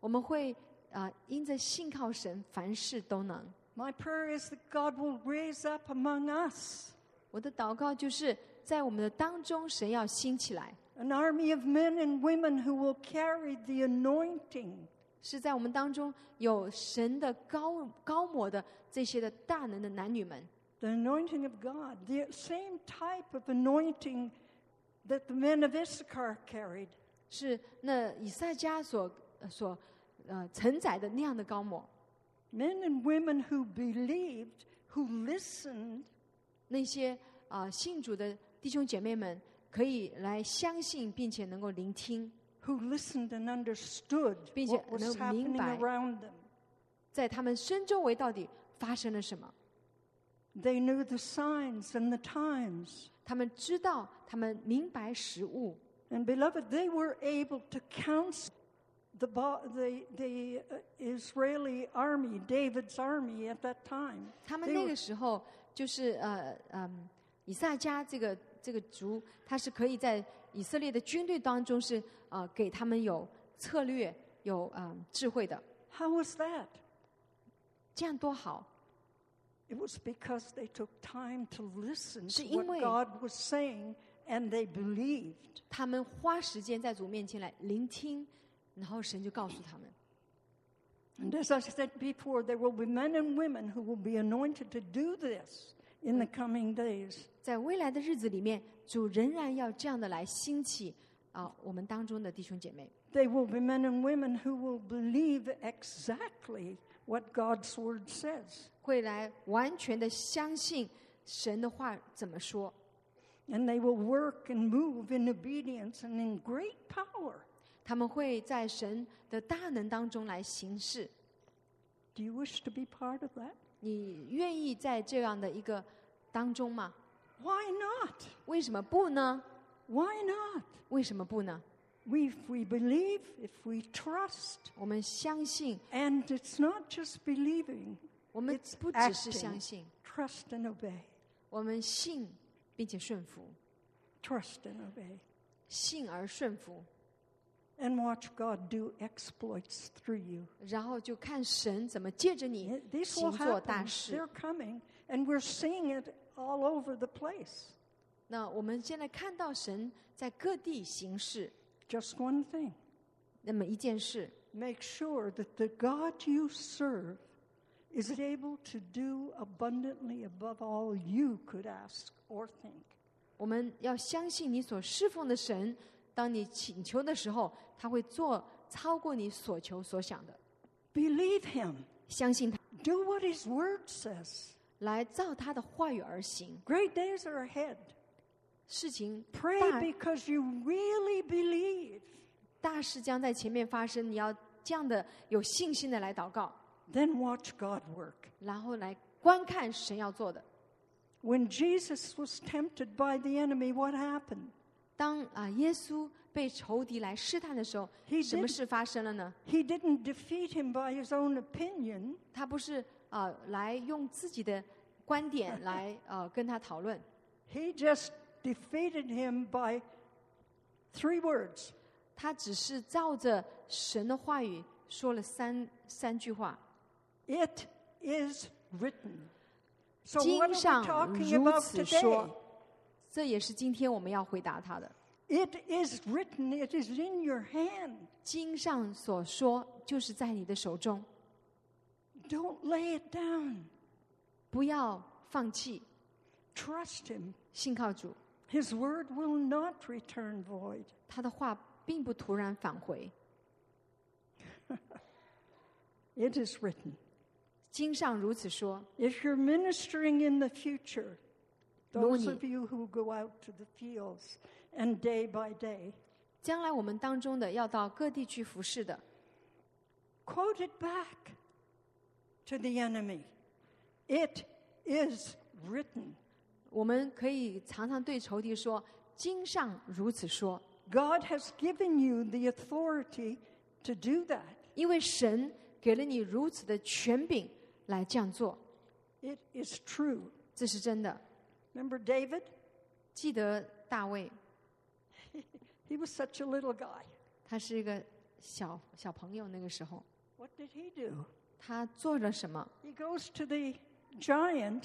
B: 我们会啊、呃因着信靠神，凡事都能。
C: My prayer is that God will raise up among us
B: 我的祷告就是在我们的当中，神要兴起来，
C: An army of men and women who will carry the anointing
B: 是在我们当中有神的高高抹的这些的大能的男女们，
C: the anointing of God, the same type of anointing that the men of Issachar carried.
B: 是那以赛迦所呃所呃承载的那样的高抹，
C: Men and women who believed, who listened,
B: 那些啊、呃信主的弟兄姐妹们可以来相信，并且能够聆听，
C: who listened and understood what was
B: 并且能明白。
C: happening around them.
B: 在他们身周围到底发生了什么？
C: They knew the signs and the times.
B: 他们知道，他们明白实物，
C: And beloved, they were able to counsel the, bo- the, the uh, Israeli army, David's army at that time.
B: 他们
C: They
B: 那
C: were-
B: 个时候就是呃嗯，以赛迦这个这个族，他是可以在以色列的军队当中是呃给他们有策略、有嗯、呃智慧的，
C: How was that?
B: 这样多好！
C: It was because they took time to listen to
B: 是因为-
C: what God was saying and they believed.
B: 他们花时间在主面前来聆听，然后神就告诉他们。
C: And as I said before, there will be men and women who will be anointed to do this in the coming days.
B: 在未来的日子里面，主仍然要这样的来兴起啊、我们当中的弟兄姐妹，
C: They will be men and women who will believe exactly what God's word says.
B: 会来完全的相信神的话怎么说，
C: And they will work and move in obedience and in great power.
B: 他们会在神的大能当中来行事。
C: Do you wish to be part of that?
B: 你愿意在这样的一个当中吗？
C: Why not?
B: 为什么不呢？
C: Why not?
B: 为什么不呢？
C: We, if we believe, if we trust,
B: 我们相信，
C: and it's not just believing,
B: 我们
C: It's
B: 不只是
C: acting.
B: 相信，
C: trust and obey.
B: 我们信并且顺服，
C: Trust and obey.
B: 信而顺服，
C: And watch God do exploits through you.
B: 然后就看神怎么借着你
C: Th- These
B: 行
C: will
B: 做大
C: happen.
B: 事
C: They're。coming, and we're seeing it all over the place.
B: 那我们现在看到神在各地行事，
C: Just one thing:
B: 那么一件事，
C: make sure that the God you serve is able to do abundantly above all you could ask or think.
B: 我们要相信你所侍奉的神，当你请求的时候，他会做超过你所求所想的。
C: Believe Him.
B: 相信他，
C: Do what His Word says.
B: 来照他的话语而行。
C: Great days are ahead.
B: 事情
C: Pray
B: 大
C: because you really believe.
B: 大事将在前面发生，你要这样的有信心的来祷告，
C: Then watch God work.
B: 然后来观看神要做的。
C: When Jesus was tempted by the enemy, what happened?
B: 当啊耶稣被仇敌来试探的时候，
C: He
B: 什么
C: didn't-
B: 事发生了呢？
C: He didn't defeat him by his own opinion.
B: 他不是啊、呃来用自己的观点来呃跟他讨论，
C: He just defeated him by three words
B: 他只是照着神的话语说了三三句话。
C: It is written. So,
B: 经
C: what are
B: 上
C: we talking
B: 如
C: about
B: 此
C: today?
B: 说，这也是今天我们要回答他的。
C: It is written, it is in your hand.
B: 经上所说，就是在你的手中，
C: Don't lay it down.
B: 不要放弃，
C: Trust him.
B: 信靠主，
C: His word will not return void.
B: 他的话并不突然返回。
C: It is written.
B: 经上如此说，
C: If you're ministering in the future, those
B: 如果你-
C: of you who go out to the fields and day by day,
B: 将来我们当中的要到各地去服侍的，
C: quote it back to the enemy. It is written.
B: 我们可以常常对仇敌说：“经上如此说。
C: God has given you the authority to do that. ”
B: 因为神给了你如此的权柄来这样做，
C: It is true.
B: 这是真的。
C: Remember David?
B: 记得大卫，
C: He was such a little guy.
B: 他是一个小小朋友，那个时候
C: What did he do?
B: 他做了什么？
C: He goes to the giant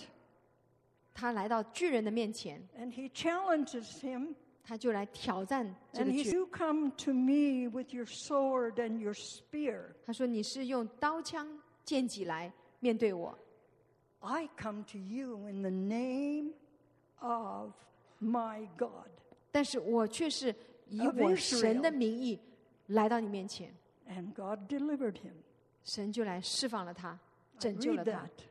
B: 他来到巨人的面前，
C: and he challenges him
B: 他就来挑战这
C: And
B: 个
C: he
B: 巨人。
C: you come to me with your sword and your spear.
B: 他说：“你是用刀枪剑戟来面对我，
C: I come to you in the name of my God.
B: 但是我却是以
C: Of
B: 我神的
C: Israel
B: 名义来到你面前。
C: And God delivered him. ”
B: 神就来释放了他，
C: I
B: 拯救了
C: read
B: 他
C: that.。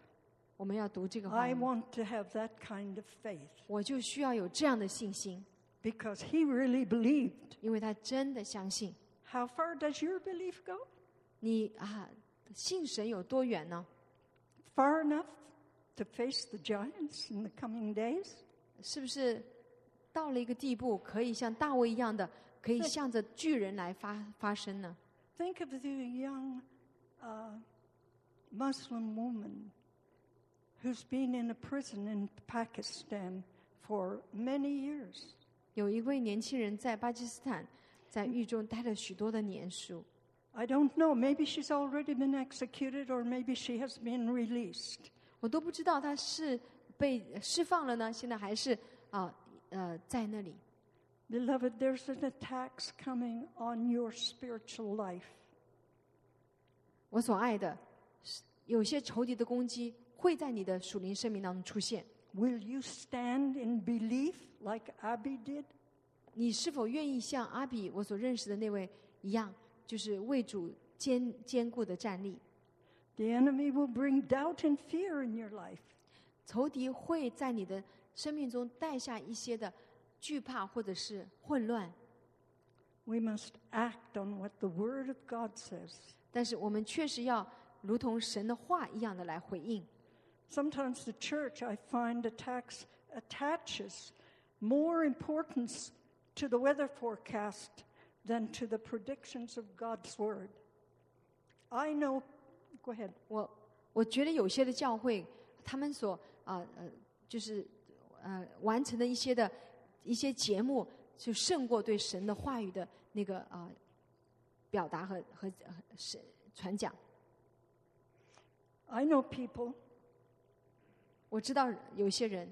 B: 我们要读这个话
C: I
B: 语，
C: want to have that kind of faith
B: 我就需要有这样的信心，
C: because he really believed.
B: 因为他真的相信
C: How far does your belief go?
B: 你啊，信神有多远呢？
C: Far enough to face the giants in the coming days?
B: 是不是到了一个地步，可以像大卫一样的，可以向着巨人来发发声呢？
C: Think of the young uh, Muslim woman who's been in a prison in Pakistan for many years.
B: 有一位年轻人在巴基斯坦，在狱中待了许多的年数，
C: I don't know, maybe she's already been executed or maybe she has been released.
B: 我都不知道他是被释放了呢，现在还是啊呃在那里。
C: Beloved, there's an attack coming on your spiritual life.
B: 我所爱的，是有些仇敌的攻击会在你的属灵生命当中出现。
C: Will you stand in belief like Abby did?
B: 你是否愿意像阿比我所认识的那位一样，就是为主坚坚固的站立？
C: The enemy will bring doubt and fear in your life.
B: 仇敌会在你的生命中带下一些的惧怕或者是混乱，
C: We must act on what the Word of God says.
B: 但是我们确实要如同神的话一样的来回应。
C: Sometimes the church, I find, attacks, attaches more importance to the weather forecast than to the predictions of God's Word. I know, go ahead.
B: 我我觉得有些的教会，他们所啊呃就是呃完成的一些的一些节目，就胜过对神的话语的那个啊、呃表达和和和是传讲。
C: I know people
B: 我知道有些人，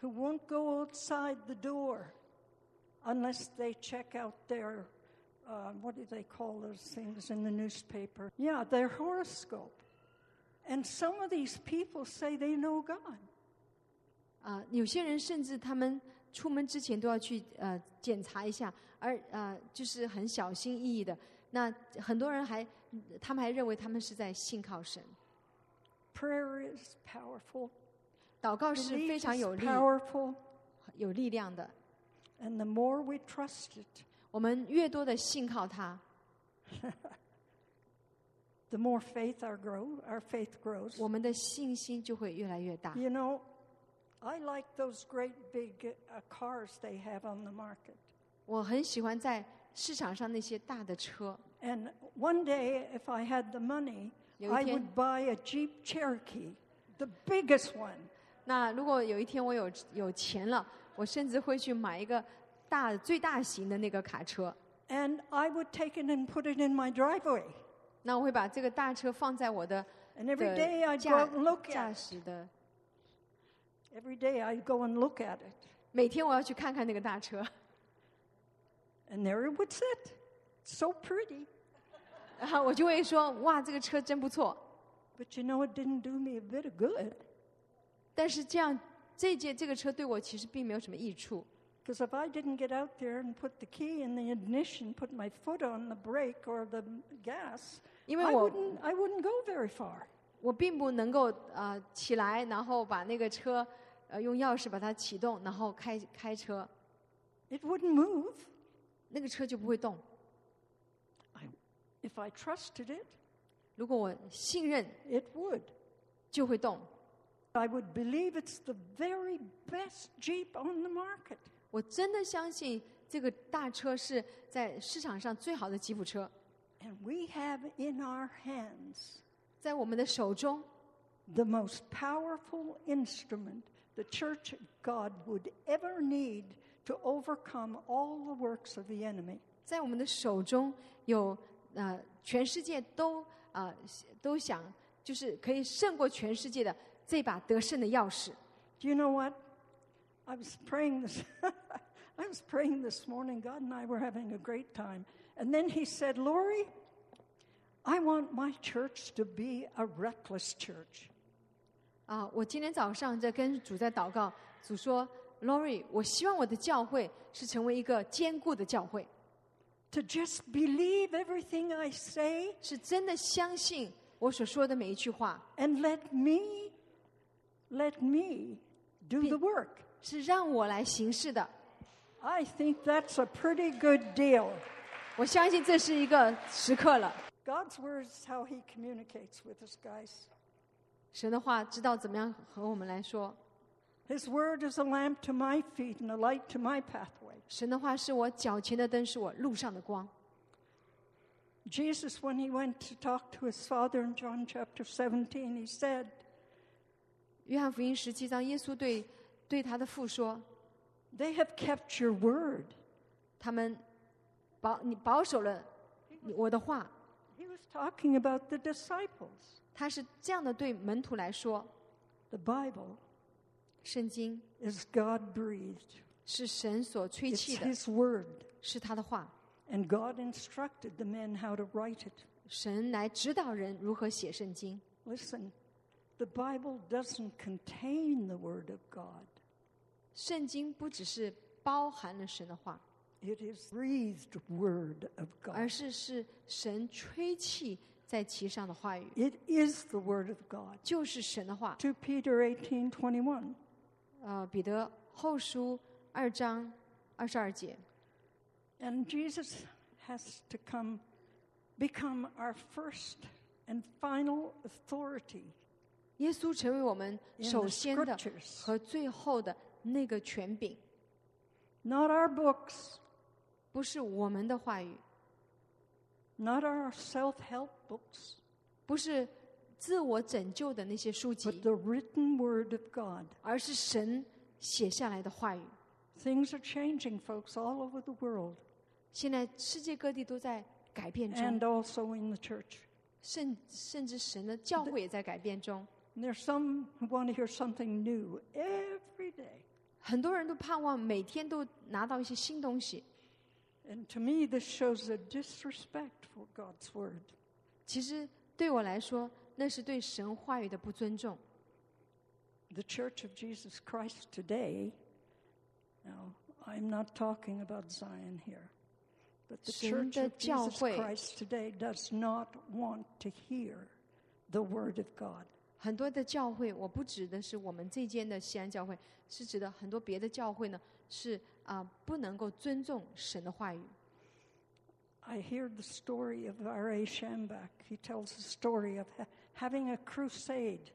C: who won't go outside the door unless they check out their, uh, what do they call those things in the newspaper? Yeah, their horoscope. And some of these people say they know God.
B: 啊，有些人甚至他们出门之前都要去呃检查一下，而呃就是很小心翼翼的。那很多人还，他们还认为他们是在信靠神，
C: Prayer is powerful,
B: 祷告是
C: belief
B: 非常
C: is
B: 有力
C: powerful,
B: 有力量的。
C: and the more we trust it,
B: 我们越多的信靠他，
C: the more faith our grow, our faith grows.
B: 我们的信心就会越来越大。
C: You know, I like those great big uh, cars they have on the market.
B: 我很喜欢在市场上那些大的车，
C: And one day, if I had the money,
B: Yo
C: I
B: dije-
C: would buy a Jeep Cherokee, the biggest one.
B: 那如果有一天我有有钱了，我甚至会去买一个大最大型的那个卡车。
C: And I would take it and put it in my driveway.
B: 那我会把这个大车放在我的
C: And every day
B: 的
C: I'd go
B: 驾
C: out and look
B: 驾
C: at
B: 驶的，
C: it. Every day I'd go and look at it.
B: 每天我要去看看那个大车，
C: And there it would sit. So pretty.
B: 然后我就会说哇，这个车真不错。
C: But you know, it didn't do me a bit of good.
B: 但是这样，这件这个车对我其实并没有什么益处。
C: Because if I didn't get out there and put the key in the ignition, put my foot on the brake or the gas, I
B: 因为我-
C: wouldn't, I wouldn't go very far.
B: 我并不能够呃起来，然后把那个车呃用钥匙把它启动，然后开开车，
C: It wouldn't move.
B: 那个车就不会动。
C: I, if I trusted it,
B: 如果我信任，
C: it would.
B: 就会动。
C: I would believe it's the very best Jeep on the market.
B: 我真的相信这个大车是在市场上最好的吉普车，
C: And we have in our hands
B: 在我们的手中，
C: the most powerful instrument the church of God would ever need to overcome all the works of the enemy.
B: 在我们的手中有呃，全世界都啊、呃都想就是可以胜过全世界的这把得胜的钥匙。
C: Do you know what? I was praying this. I was praying this morning. God and I were having a great time. And then he said, Lori, I want my church to be a reckless church.
B: 啊，我今天早上在跟主在祷告，主说：“Lori，我希望我的教会是成为一个坚固的教会，
C: to just believe everything I say
B: 是真的相信我所说的每一句话，
C: and let me let me do the work.
B: 是让我来行事的。
C: I think that's a pretty good deal.
B: 我相信这是一个时刻了。
C: God's word is how he communicates with us guys.
B: 神的话知道怎么样和我们来说，
C: His word is a lamp to my feet and a light to my pathway.
B: 神的话是我脚前的灯，是我路上的光。
C: Jesus when he went to talk to his father in John chapter 17 he said, ”
B: 约翰福音十七章，耶稣对对他的父说
C: "They have kept your word."：“
B: 他们保你保守了我的话。
C: He was talking about the disciples. ”
B: 他是这样的对门徒来说。
C: The Bible
B: 圣经
C: is God breathed,
B: 是神所吹
C: it's
B: 气的，
C: His Word.
B: 是他的话。
C: And God instructed the men how to write it.
B: 神来指导人如何写圣经。
C: Listen, the Bible doesn't contain the Word of God,
B: 圣经不只是包含了神的话，
C: it is breathed Word of
B: 而
C: God.
B: 是是神吹气在其上的话语，
C: It is the Word of God.
B: 就是神的话。
C: 2 Peter 18 21.
B: 呃，彼得后书二章二十二节，
C: And Jesus has to come, become our first and final authority
B: 耶稣成为我们
C: in
B: 首
C: the
B: 先的
C: scriptures.
B: 和最后的那个权柄，
C: Not our books,
B: 不是我们的话语，
C: not our self help books,
B: 不是自我拯救的那些书
C: but
B: 籍，
C: the written word of God.
B: 而是神写下来的话语。
C: Things are changing, folks, all over the world
B: 现在世界各地都在改变中
C: and，also in the church.
B: 甚甚至神的教会也在改变中。
C: And there's some who want to hear something new every day.
B: 很多人都盼望每天都拿到一些新东西，
C: And to me, this shows a disrespect for God's word.
B: 其实对我来说，那是对神话语的不尊重。
C: the Church of Jesus Christ today, now I'm not talking about Zion here, but the Church
B: 神的
C: of Jesus
B: 教会。
C: Christ today does not want to hear the Word of God.
B: 很多的教会，我不指的是我们这间的西安教会，是指的很多别的教会呢，是啊、不能够尊重神的话语。
C: I hear the story of R.A. Shambach. He tells the story of ha- having a crusade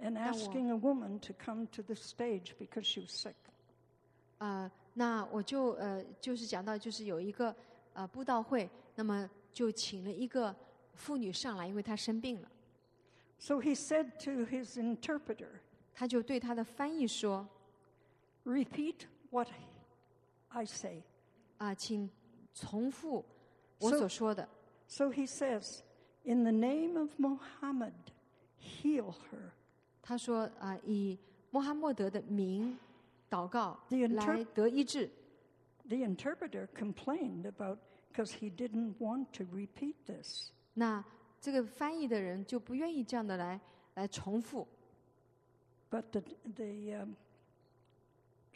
C: and asking a woman to come to the stage because she was sick.
B: 呃，那我就呃，就是讲到就是有一个呃布道会，那么就请了一个妇女上来，因为她生病了，
C: So he said to his interpreter,
B: 他就对他的翻译说
C: Repeat what I say.
B: 啊、请重复我
C: So-
B: 所说的。
C: So he says, In the name of Mohammed, heal her.
B: 他说啊、以穆罕默德的名祷告
C: The inter-
B: 来得医治。
C: The interpreter complained about because he didn't want to repeat this.
B: 那这个翻译的人就不愿意这样的来来重复。
C: But the, the um,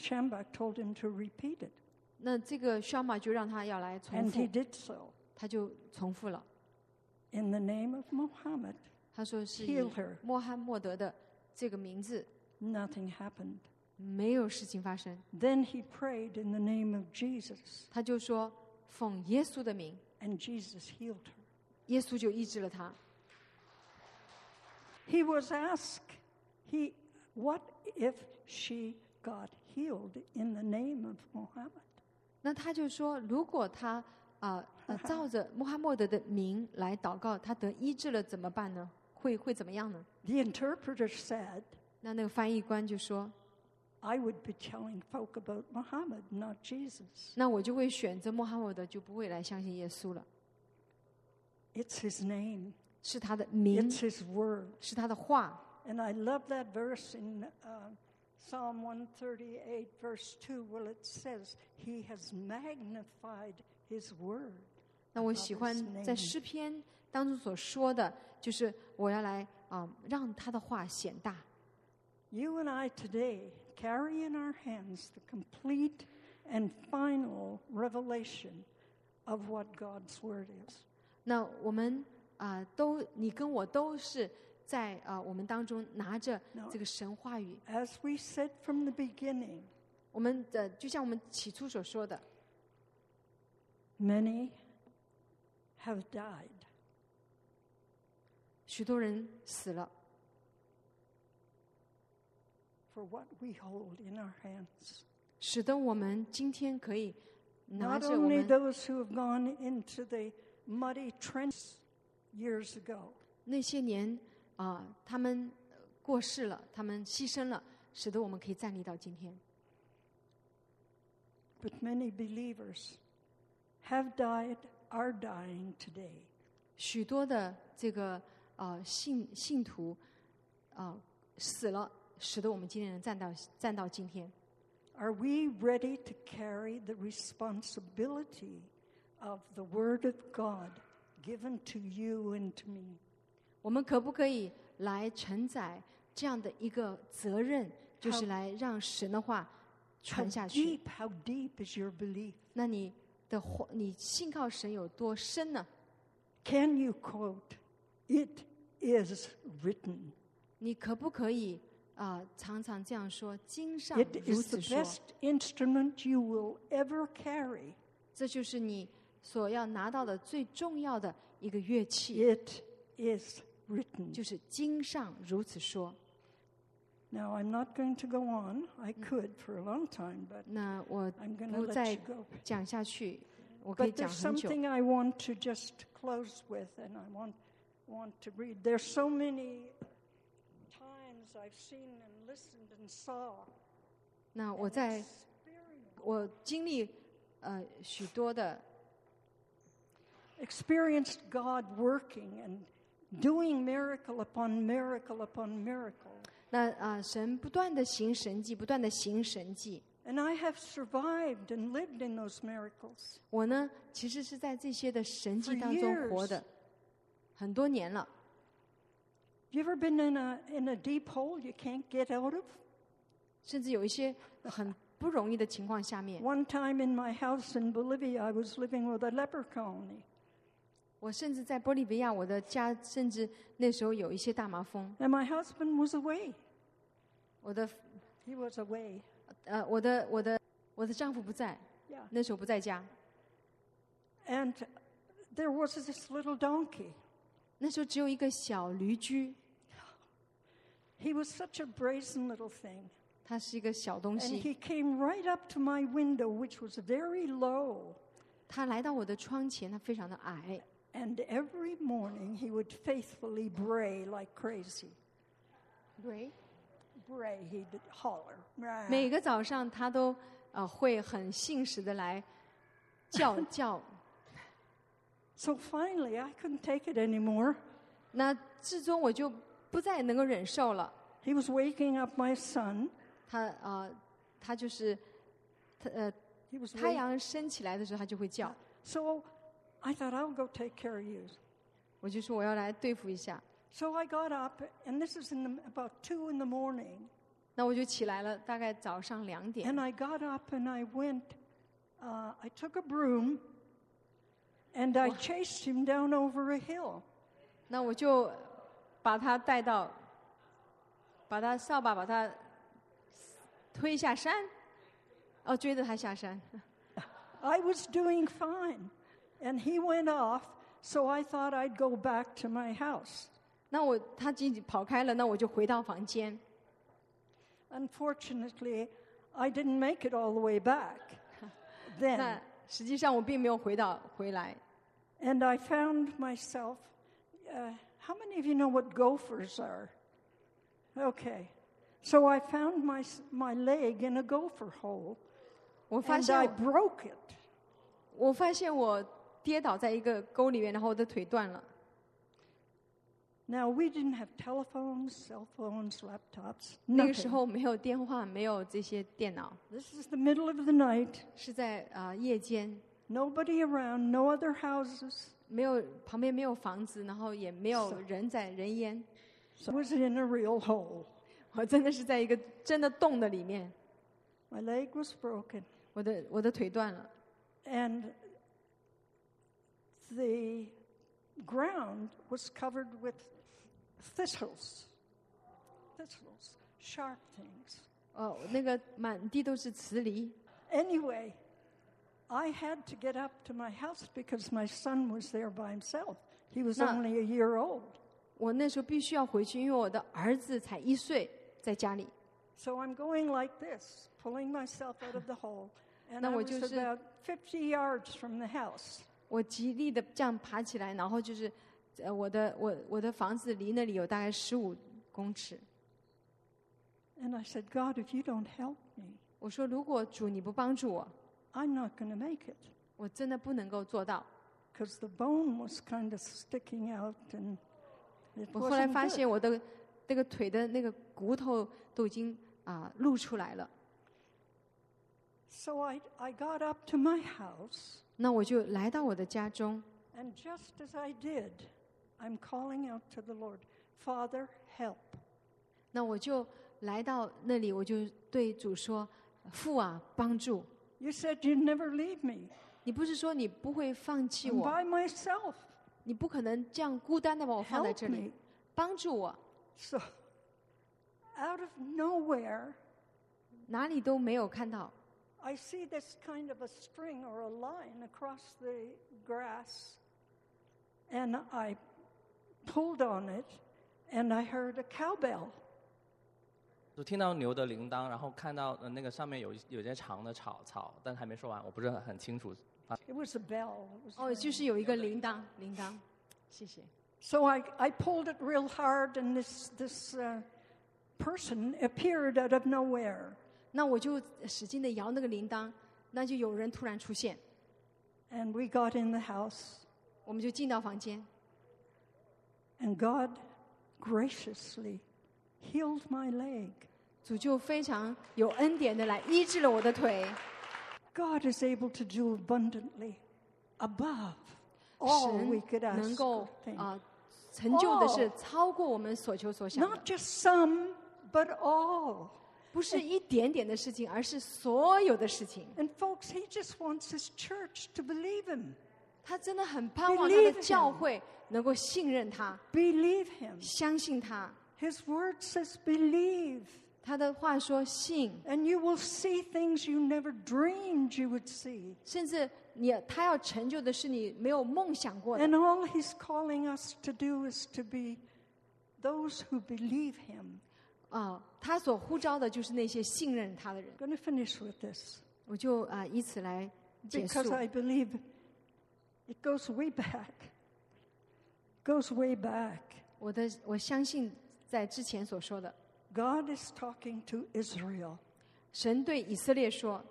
C: Shambach told him to repeat it,
B: 那这个 Shama 就让他要来重
C: and he
B: 复，
C: did so.
B: 他就重复了。
C: In the name of Mohammed,
B: 他说是
C: Heal
B: 以
C: her
B: 穆罕默德的这个名字，
C: nothing happened.
B: 没有事情发生。
C: Then he prayed in the name of Jesus,
B: 他就说奉耶稣的名，
C: and Jesus healed her.
B: 耶稣就医治了他。
C: He was asked, he, what if she got healed in the name of Mohammed?
B: 那他就说，如果他啊、呃照着穆罕默德的名来祷告，他得医治了怎么办呢？会会怎么样呢？
C: The interpreter said,
B: 那那个翻译官就说，
C: I would be telling folk about Muhammad, not Jesus.
B: 那我就会选择穆罕默德，就不会来相信耶稣了。
C: It's his name,
B: 是他的名，
C: it's his word.
B: 是他的话。
C: And I love that verse in uh, Psalm 138, verse 2, where it says, He has magnified his word.
B: 那我喜欢
C: Father's name
B: 在诗篇当中所说的，就是我要来啊、让他的话显大。
C: You and I today carry in our hands the complete and final revelation of what God's word is.
B: 那我们啊、都你跟我都是在啊、我们当中拿着这个神话语。
C: As we said from the beginning,
B: 我们的就像我们起初所说的，
C: many have died.
B: 许多人死了，
C: for what we hold in our hands.
B: 使得我们今天可以拿
C: Not
B: 着我
C: only
B: 们
C: those who have gone into the muddy trenches years ago,
B: 那些年啊、他们呃过世了，他们牺牲了，使得我们可以站立到今天。
C: but many believers have died, are dying today.
B: 许多的这个呃信信徒啊、死了，使得我们今天能站到站到今天。
C: Are we ready to carry the responsibility of the Word of God given to you and to me?
B: 我们可不可以来承载这样的一个责任，就是来让神的话
C: How
B: 传下去？
C: deep, how deep is your belief?
B: 那你的话，你信靠神有多深呢？
C: Can you quote, It is written?
B: 你可不可以啊、呃常常这样说？经上
C: It
B: 如
C: is
B: 此
C: the
B: 说，
C: best instrument you will ever carry.
B: 这就是你所要拿到的最重要的一个乐器，
C: It is written.
B: 就是经上如此说。
C: Now, I'm not going to go on. I could for a long time, but
B: 那我
C: I'm going
B: 不
C: to
B: 再
C: let you go.
B: 讲下去，我可以
C: But
B: 讲
C: there's
B: 很久。
C: something I want to just close with, and I want, want to read. There's so many times I've seen and listened and saw.
B: 那
C: and
B: 我在
C: experienced-
B: 我经历呃许多的
C: experienced God working and doing miracle upon miracle upon miracle.
B: 那啊、呃神不断的行神迹，不断的行神迹。
C: And I have survived and lived in those miracles.
B: 我呢，其实是在这些的神迹
C: For
B: 当中活的
C: years
B: 很多年了。
C: You ever been in a, in a deep hole you can't get out of?
B: 甚至有一些很不容易的情况下面，
C: One time in my house in Bolivia, I was living with a leper colony.
B: 我甚至在玻利维亚，我的家甚至那时候有一些大麻风，
C: And my husband was away.
B: 我的
C: He was away.
B: 呃，我的我的我的丈夫不在，
C: Yeah.
B: 那时候不在家，
C: And there was this little donkey.
B: 那时候只有一个小驴驹，
C: He was such a brazen little thing.
B: 它是一个小东
C: And
B: 西，
C: he came right up to my window, which was very low.
B: 它来到我的窗前，它非常的矮，
C: And every morning he would faithfully bray like crazy.
B: 对，
C: Bray, he'd holler.
B: 每个早上它都呃会很信实的来 叫叫，
C: So finally, I couldn't take it anymore.
B: 那至终我就不再能够忍受了。
C: He was waking up my son.
B: 它呃，它就是，它呃，
C: He was
B: 太
C: waking
B: 阳升起来的时候，它就会叫。
C: So I thought, I'll go take care of you.
B: 我就说我要来对付一下，
C: So I got up, and this is in the, about two in the morning.
B: 那我就起来了，大概早上两点
C: And。I got up and I went, uh, I took a broom and I chased him down over a hill.
B: 那我就把他带到，把他扫把把他推下山，哦，追着他下山。
C: I was doing fine. And he went off, so I thought I'd go back to my house.
B: 那我他仅仅跑开了，那我就回到房间。
C: Unfortunately, I didn't make it all the way back then.
B: 那实际上我并没有回到回来。
C: And I found myself. Uh, how many of you know what gophers are? Okay. So I found my, s- my leg in a gopher hole
B: 我发
C: and I
B: 现
C: broke it.
B: 我发现我跌倒在一个沟里面，然后我的腿断了。
C: Now, we didn't have telephones, cell phones, laptops.
B: 那个时
C: Nothing.
B: 候没有电话，没有这些电脑，
C: This is the middle of the night.
B: 是在啊、呃夜间，
C: Nobody around, no other houses.
B: 没有旁边没有房子，然后也没有人在人烟，
C: So I was in a real hole.
B: 我真的是在一个真的洞的里面，
C: My leg was broken.
B: 我的我的腿断了，
C: And the ground was covered with thistles, thistles, sharp things.
B: 哦，那个满地都是瓷梨，
C: Anyway, I had to get up to my house because my son was there by himself. He was
B: No.
C: only a year old.
B: 我那时候必须要回去，因为我的儿子才一岁，在家里，
C: So I'm going like this, pulling myself out of the hole. And
B: No,
C: I
B: I
C: was
B: just-
C: about 50 yards from the house.
B: 我极力的这样爬起来，然后就是，呃，我的我我的房子离那里有大概十五公尺，
C: And I said, God, if you don't help me,
B: 我说如果主你不帮助我，
C: I'm not going to make it.
B: 我真的不能够做到。
C: because the bone was kind of sticking out and it
B: 我后来
C: wasn't
B: 发
C: good.
B: 现我的那个腿的那个骨头都已经啊、露出来了。
C: So I, I got up to my house,
B: 那我就来到我的家中，
C: and just as I did, I'm calling out to the Lord, Father, help.
B: 那我就来到那里，我就对主说：“父啊，帮助！
C: You said you'd never leave me.
B: 你不是说你不会放弃
C: I'm
B: 我，
C: by myself.
B: 你不可能这样孤单的把我放在
C: Help
B: 这里
C: me.，
B: 帮助我，
C: So, out of nowhere,
B: 哪里都没有看到。
C: I see this kind of a string or a line across the grass, and I pulled on it, and I heard a cowbell.
D: 就听到牛的铃铛，然后看到呃那个上面有一有一些长的草草，但还没说完，我不是很很清楚。啊
C: It was a bell. It was
B: 哦，就是有一个铃铛，铃铛，谢谢。
C: So I, I pulled it real hard, and this, this uh, person appeared out of nowhere.
B: 那我就使劲的摇那个铃铛，那就有人突然出现，
C: And we got in the house,
B: 我们就进到房间，
C: and God graciously healed my leg.
B: 主就非常有恩典的来医治了我的腿，
C: God is able to do abundantly above all
B: 神
C: Oh, we could ask.
B: 能
C: or
B: 够
C: think.
B: 啊、成就的是
C: 哦
B: 超过我们所求所想的
C: Not，just some, but all.
B: 不是一点点的事情，而是所有的事情。
C: And folks, He just wants His church to believe Him.
B: 他真的很盼望他的
C: Believe him.
B: 教会能够信任他，
C: Believe Him.
B: 相信他。
C: His word says, believe,
B: 他的话说信，
C: and you will see things you never dreamed you would see.
B: 甚至你他要成就的是你没有梦想过的。
C: And all He's calling us to do is to be those who believe Him.
B: 啊，他所呼召的就是那些信任他的人。
C: I'm going to finish with this.
B: 我就啊、以此来结束
C: Because。I believe it goes way back. Goes way back.
B: 我的我相信在之前所说的，
C: God is talking to Israel.
B: 神对以色列说：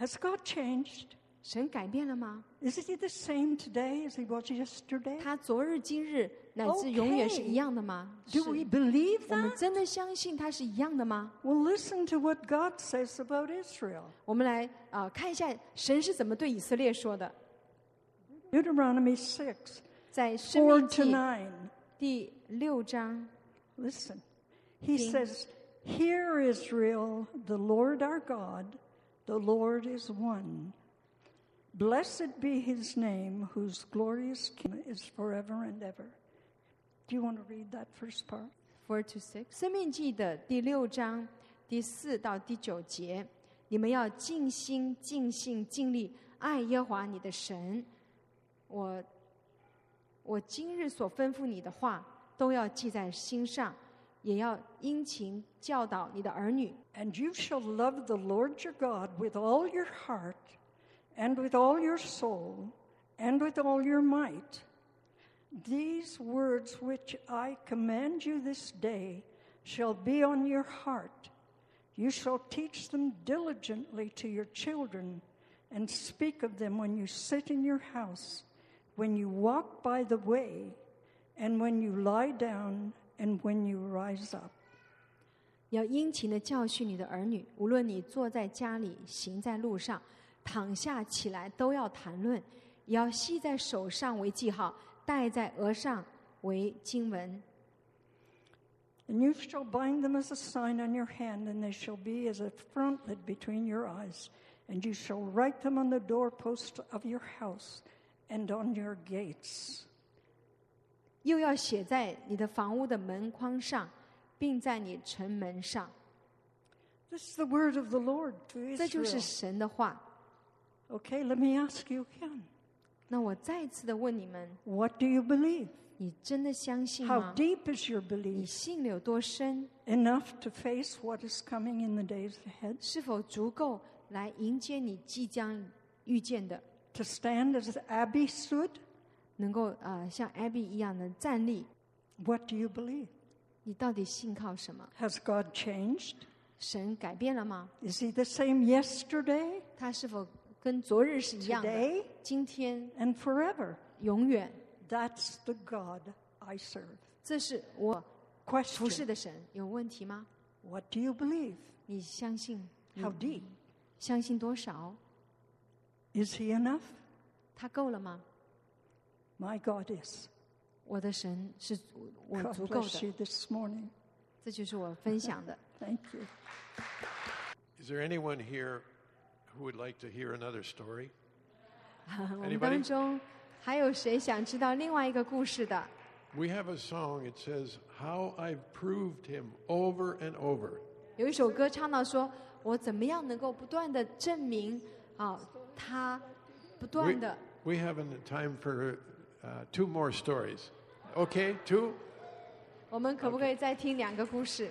C: Has God changed?
B: 神改变了吗？
C: Is he the same today as he was yesterday?
B: 他昨日、今日乃至永远是一样的吗
C: Do we
B: 是
C: believe
B: 我们
C: that?
B: 真的相信他是一样的吗？
C: Well, listen to what God says about Israel.
B: 我们来啊、看一下神是怎么对以色列说的，
C: Deuteronomy 6,
B: 在《生
C: 4
B: 命
C: to
B: 记》
C: 9.
B: 第六章，
C: Listen. He says, Hear, Israel, the Lord our God, the Lord is one. Blessed be his name, whose glorious kingdom is forever and ever. Do you want to read that first part?
B: four to six，《生命记》的第六章第四到第九节，你们要尽心、尽性、尽力爱耶和华你的神。我我今日所吩咐你的话，都要记在心上，也要殷勤教导你的儿女。
C: And you shall love the Lord your God with all your heart, and with all your soul, and with all your might. These words which I command you this day shall be on your heart. You shall teach them diligently to your children, and speak of them when you sit in your house, when you walk by the way, and when you lie down, and when you rise up.
B: 要殷勤的教训你的儿女，无论你坐在家里、行在路上、躺下起来，都要谈论。也要系在手上为记号，戴在额上为经文。
C: And you shall bind them as a sign on your hand, and they shall be as a frontlet between your eyes. And you shall write them on the doorpost of your house and on your gates.
B: 又要写在你的房屋的门框上，并在你城门上。
C: This is the word of the Lord to
B: 这就是
C: Israel.
B: 神的话。
C: Okay, let me ask you again.
B: 那我再次的问你们：
C: What do you believe?
B: 你真的相信
C: How
B: 吗？
C: deep is your
B: 你
C: belief?
B: 信的有多深？
C: Enough to face what is coming in the days ahead?
B: 是否足够来迎接你即将遇见的？
C: To stand as Abby stood?
B: 能够呃像 Abby 一样能站立？
C: What do you believe?
B: 你到底信靠什么？
C: Has God changed?
B: 神改变了吗？
C: Is he the same yesterday,
B: 他是否跟昨日是一样的？
C: today,
B: 今天、
C: and forever?
B: 永远，
C: That's the God I serve.
B: 这是我服侍
C: Question
B: 的神有问题吗？
C: What do you believe?
B: 你相信？
C: How deep?
B: 相信多少？
C: Is He enough?
B: 他够了吗？
C: My God is.
B: 我的神是足我
C: God
B: 足够
C: bless
B: 的，
C: you this morning.
B: 这就是我分享的。
C: Thank you.
A: Is there anyone here who would like to hear another story?
B: 呃我们当中还有谁想知道另外一个故事的？
A: We have a song, it says, How I've Proved Him Over and Over.
B: 有一首歌唱到说：“我怎么样能够不断的证明啊，他不
A: We,
B: 断的
A: we have en- time for uh, two more stories. Okay, two?
B: 我们可不可以再听两个故事？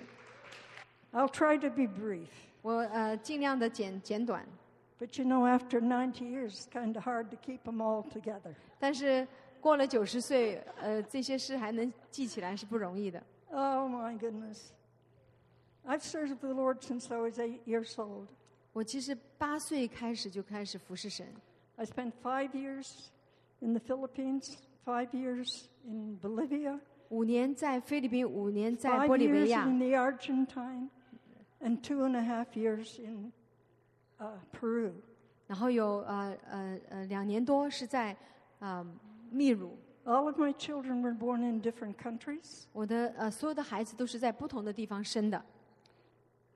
C: I'll try to be brief.
B: 我呃尽量的简简短，
C: But you know, after 90 years, it's kind of hard to keep them all together.
B: 但是过了九十岁，呃这些事还能记起来是不容易的。
C: Oh, my goodness. I've served the Lord since I was eight years old.
B: 我其实八岁开始就开始服侍神，
C: I spent five years in the Philippines, five years in Bolivia,
B: 五年在菲律宾，五年在
C: five
B: 玻利维
C: years
B: 亚，
C: in the Argentine, and two and a half years in uh, Peru.
B: 然后有呃呃呃两年多是在呃秘鲁。
C: All of my children were born in different countries,
B: 我的呃所有的孩子都是在不同的地方生的，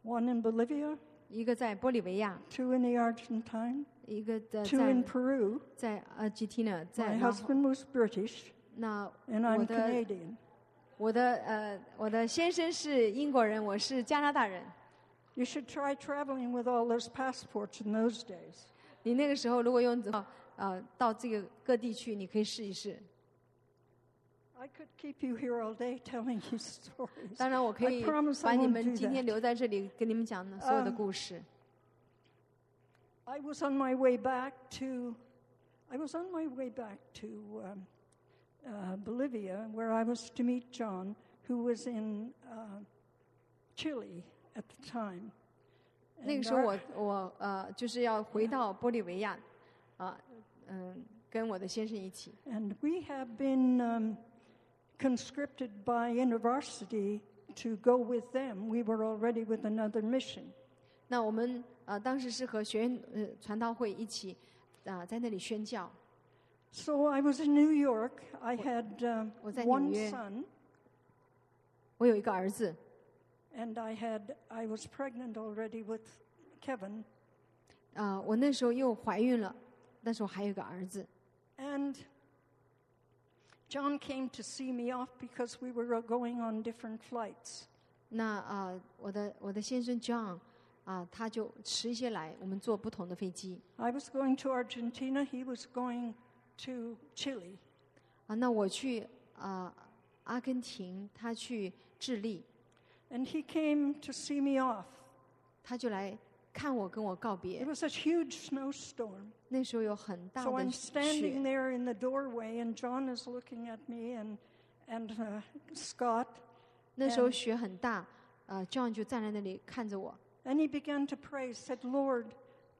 C: one in Bolivia,
B: 一个在玻利维亚，
C: two in the Argentine,
B: 一个的
C: two in
B: 在
C: Peru.
B: 在 Argentina，在
C: My
B: 然后
C: husband was British,
B: 那
C: and I'm
B: 我的
C: Canadian.
B: 我的呃我的先生是英国人，我是加拿大人。
C: You should try traveling with all those passports in those days.
B: 你那个时候如果用呃到这个各地去，你可以试一试。
C: I could keep you here all day telling you stories.
B: 当然，我可
C: I
B: 以
C: promise
B: 把
C: I
B: 你
C: won't
B: 们
C: do
B: 今天
C: that. Um，
B: 留在这里，跟你们讲所有的故事。
C: I was on my way back to, I was on my way back to um, uh, Bolivia, where I was to meet John, who was in uh, Chile at the time.
B: 那个
C: And
B: 时候
C: our-
B: 我我呃就是要回到玻利维亚，啊嗯跟我的先生一起。
C: And we have been um, conscripted by university to go with them. We were already with another mission.
B: 那我们呃当时是和学院呃传道会一起啊、呃在那里宣教。
C: So I was in New York. I had um,
B: was that
C: one
B: New Year?
C: son,
B: 我有一个儿子，
C: and I had I was pregnant already with Kevin.
B: 啊、我那时候又怀孕了，但是我还有一个儿子。
C: And John came to see me off because we were going on different flights.
B: 那啊、呃我的我的先生 John 啊、他就迟一些来，我们坐不同的飞机
C: I was going to Argentina. He was going to Chile.
B: 啊、那我去啊、呃阿根廷，他去智利，
C: And he came to see me off.
B: 他就来看我，跟我告
C: It
B: 别。
C: was a huge snowstorm.
B: 那时候有很大
C: So
B: 的
C: I'm
B: 雪
C: standing，there in the doorway, and John is looking at me and, and uh, Scott,
B: 那时候雪很大，呃，John 就站在那里看着我，
C: and he began to pray. said, Lord,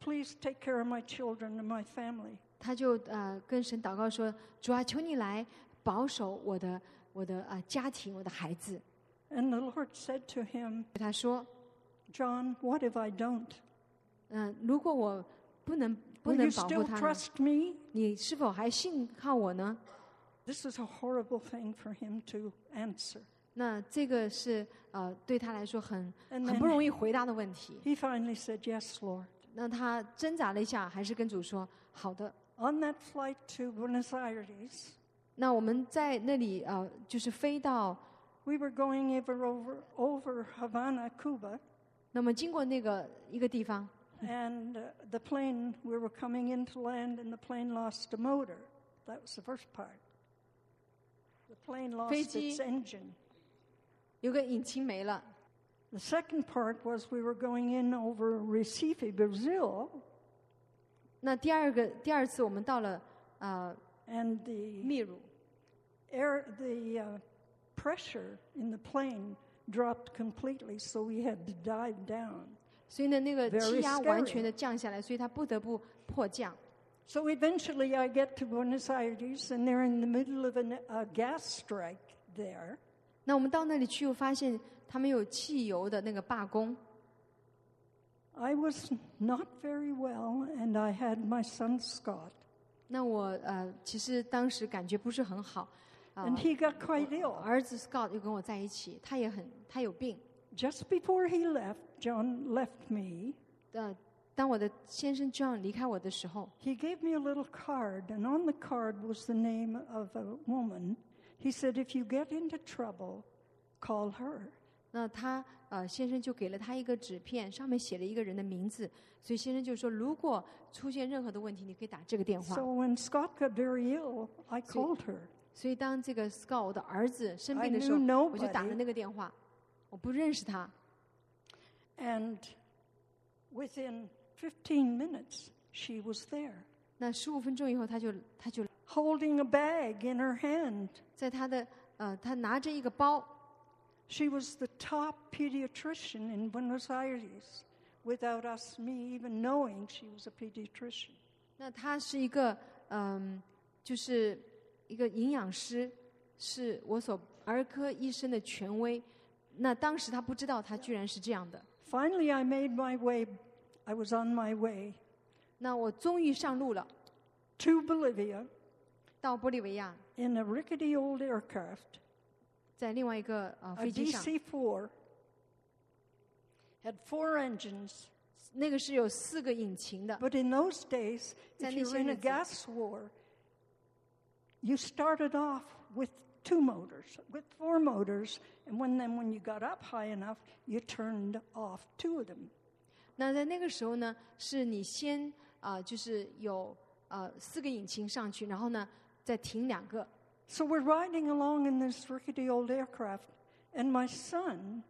C: please take care of my children and my family.
B: 他就呃跟神祷告说：“主啊，求你来保守我的我的啊、呃家庭，我的孩子。
C: And the Lord said to him, ”
B: 他说。
C: John, what if I don't?
B: 嗯，如果我不能不
C: Will you
B: 能保护
C: still
B: 他呢，
C: trust me?
B: 你是否还信靠我呢？
C: This is a horrible thing for him to answer.
B: 那这个是呃对他来说很
C: And
B: 很不容
C: then
B: 易回答的问题。
C: he finally said, Yes, Lord.
B: 那他挣扎了一下，还是跟主说：“好的。
C: On that flight to Buenos Aires, ”
B: 那我们在那里呃，就是飞到，
C: we were going over over, over Havana, Cuba,
B: 那么经过那个一个地方，
C: and uh, the plane, we were coming into land, and the plane lost a motor. That was the first part. The plane lost
B: Fiji.
C: its engine.
B: 有个引擎没了。
C: The second part was we were going in over Recife, Brazil,
B: 那第二个第二次我们到了呃
C: and the
B: 秘鲁，
C: air, the uh, pressure in the plane dropped completely, so we had to dive down.
B: 所以呢那个
C: Very
B: 气压完
C: scary
B: 全的降下来，所以他不得不迫降。
C: So eventually, I get to Buenos Aires, and they're in the middle of an, a gas strike there.
B: 那我们到那里去，又发现他们有汽油的那个罢工。
C: I was not very well, and I had my son Scott,
B: 那我呃，其实当时感觉不是很好。啊
C: and，he got quite
B: 我
C: ill.
B: 儿子 Scott 又跟我在一起，他也很，他有病。
C: Just before he left, John left me.
B: 呃，当我的先生 John 离开我的时候，
C: He gave me a little card, and on the card was the name of a woman. He said, If you get into trouble, call her.
B: 那他呃先生就给了他一个纸片，上面写了一个人的名字，所以先生就说，如果出现任何的问题，你可以打这个电话。
C: So when Scott got very ill, I
B: So-
C: called her.
B: 所以当这个 Scott 我的儿子生病的
C: I
B: 时候
C: knew，nobody.
B: 我就打了那个电话，我不认识他。
C: And within 15 minutes, she was there,
B: 那十五分钟以后，他就他就
C: holding a bag in her hand.
B: 在他的呃，他拿着一个包，
C: She was the top pediatrician in Buenos Aires without us, me even knowing she was a pediatrician.
B: 那他是一个嗯、就是一个营养师，是我所儿科医生的权威。那当时他不知道，他居然是这样的。
C: Finally, I made my way, I was on my way
B: 那我终于上路了，
C: to Bolivia
B: 到玻利维亚，
C: in a rickety old aircraft,
B: 在另外一个呃
C: a
B: 飞机上，
C: DC 4, had four engines.
B: 那个是有四个引擎的。
C: But in those days, if you were in
B: 在那些日
C: a
B: 子。
C: gas war, you started off with two motors, with four motors, and when then when you got up high enough, you turned off two of them.
B: 那在那个时候呢，是你先啊、就是有呃四个引擎上去，然后呢再停两个。
C: So we're riding along in this rickety old aircraft, and my son,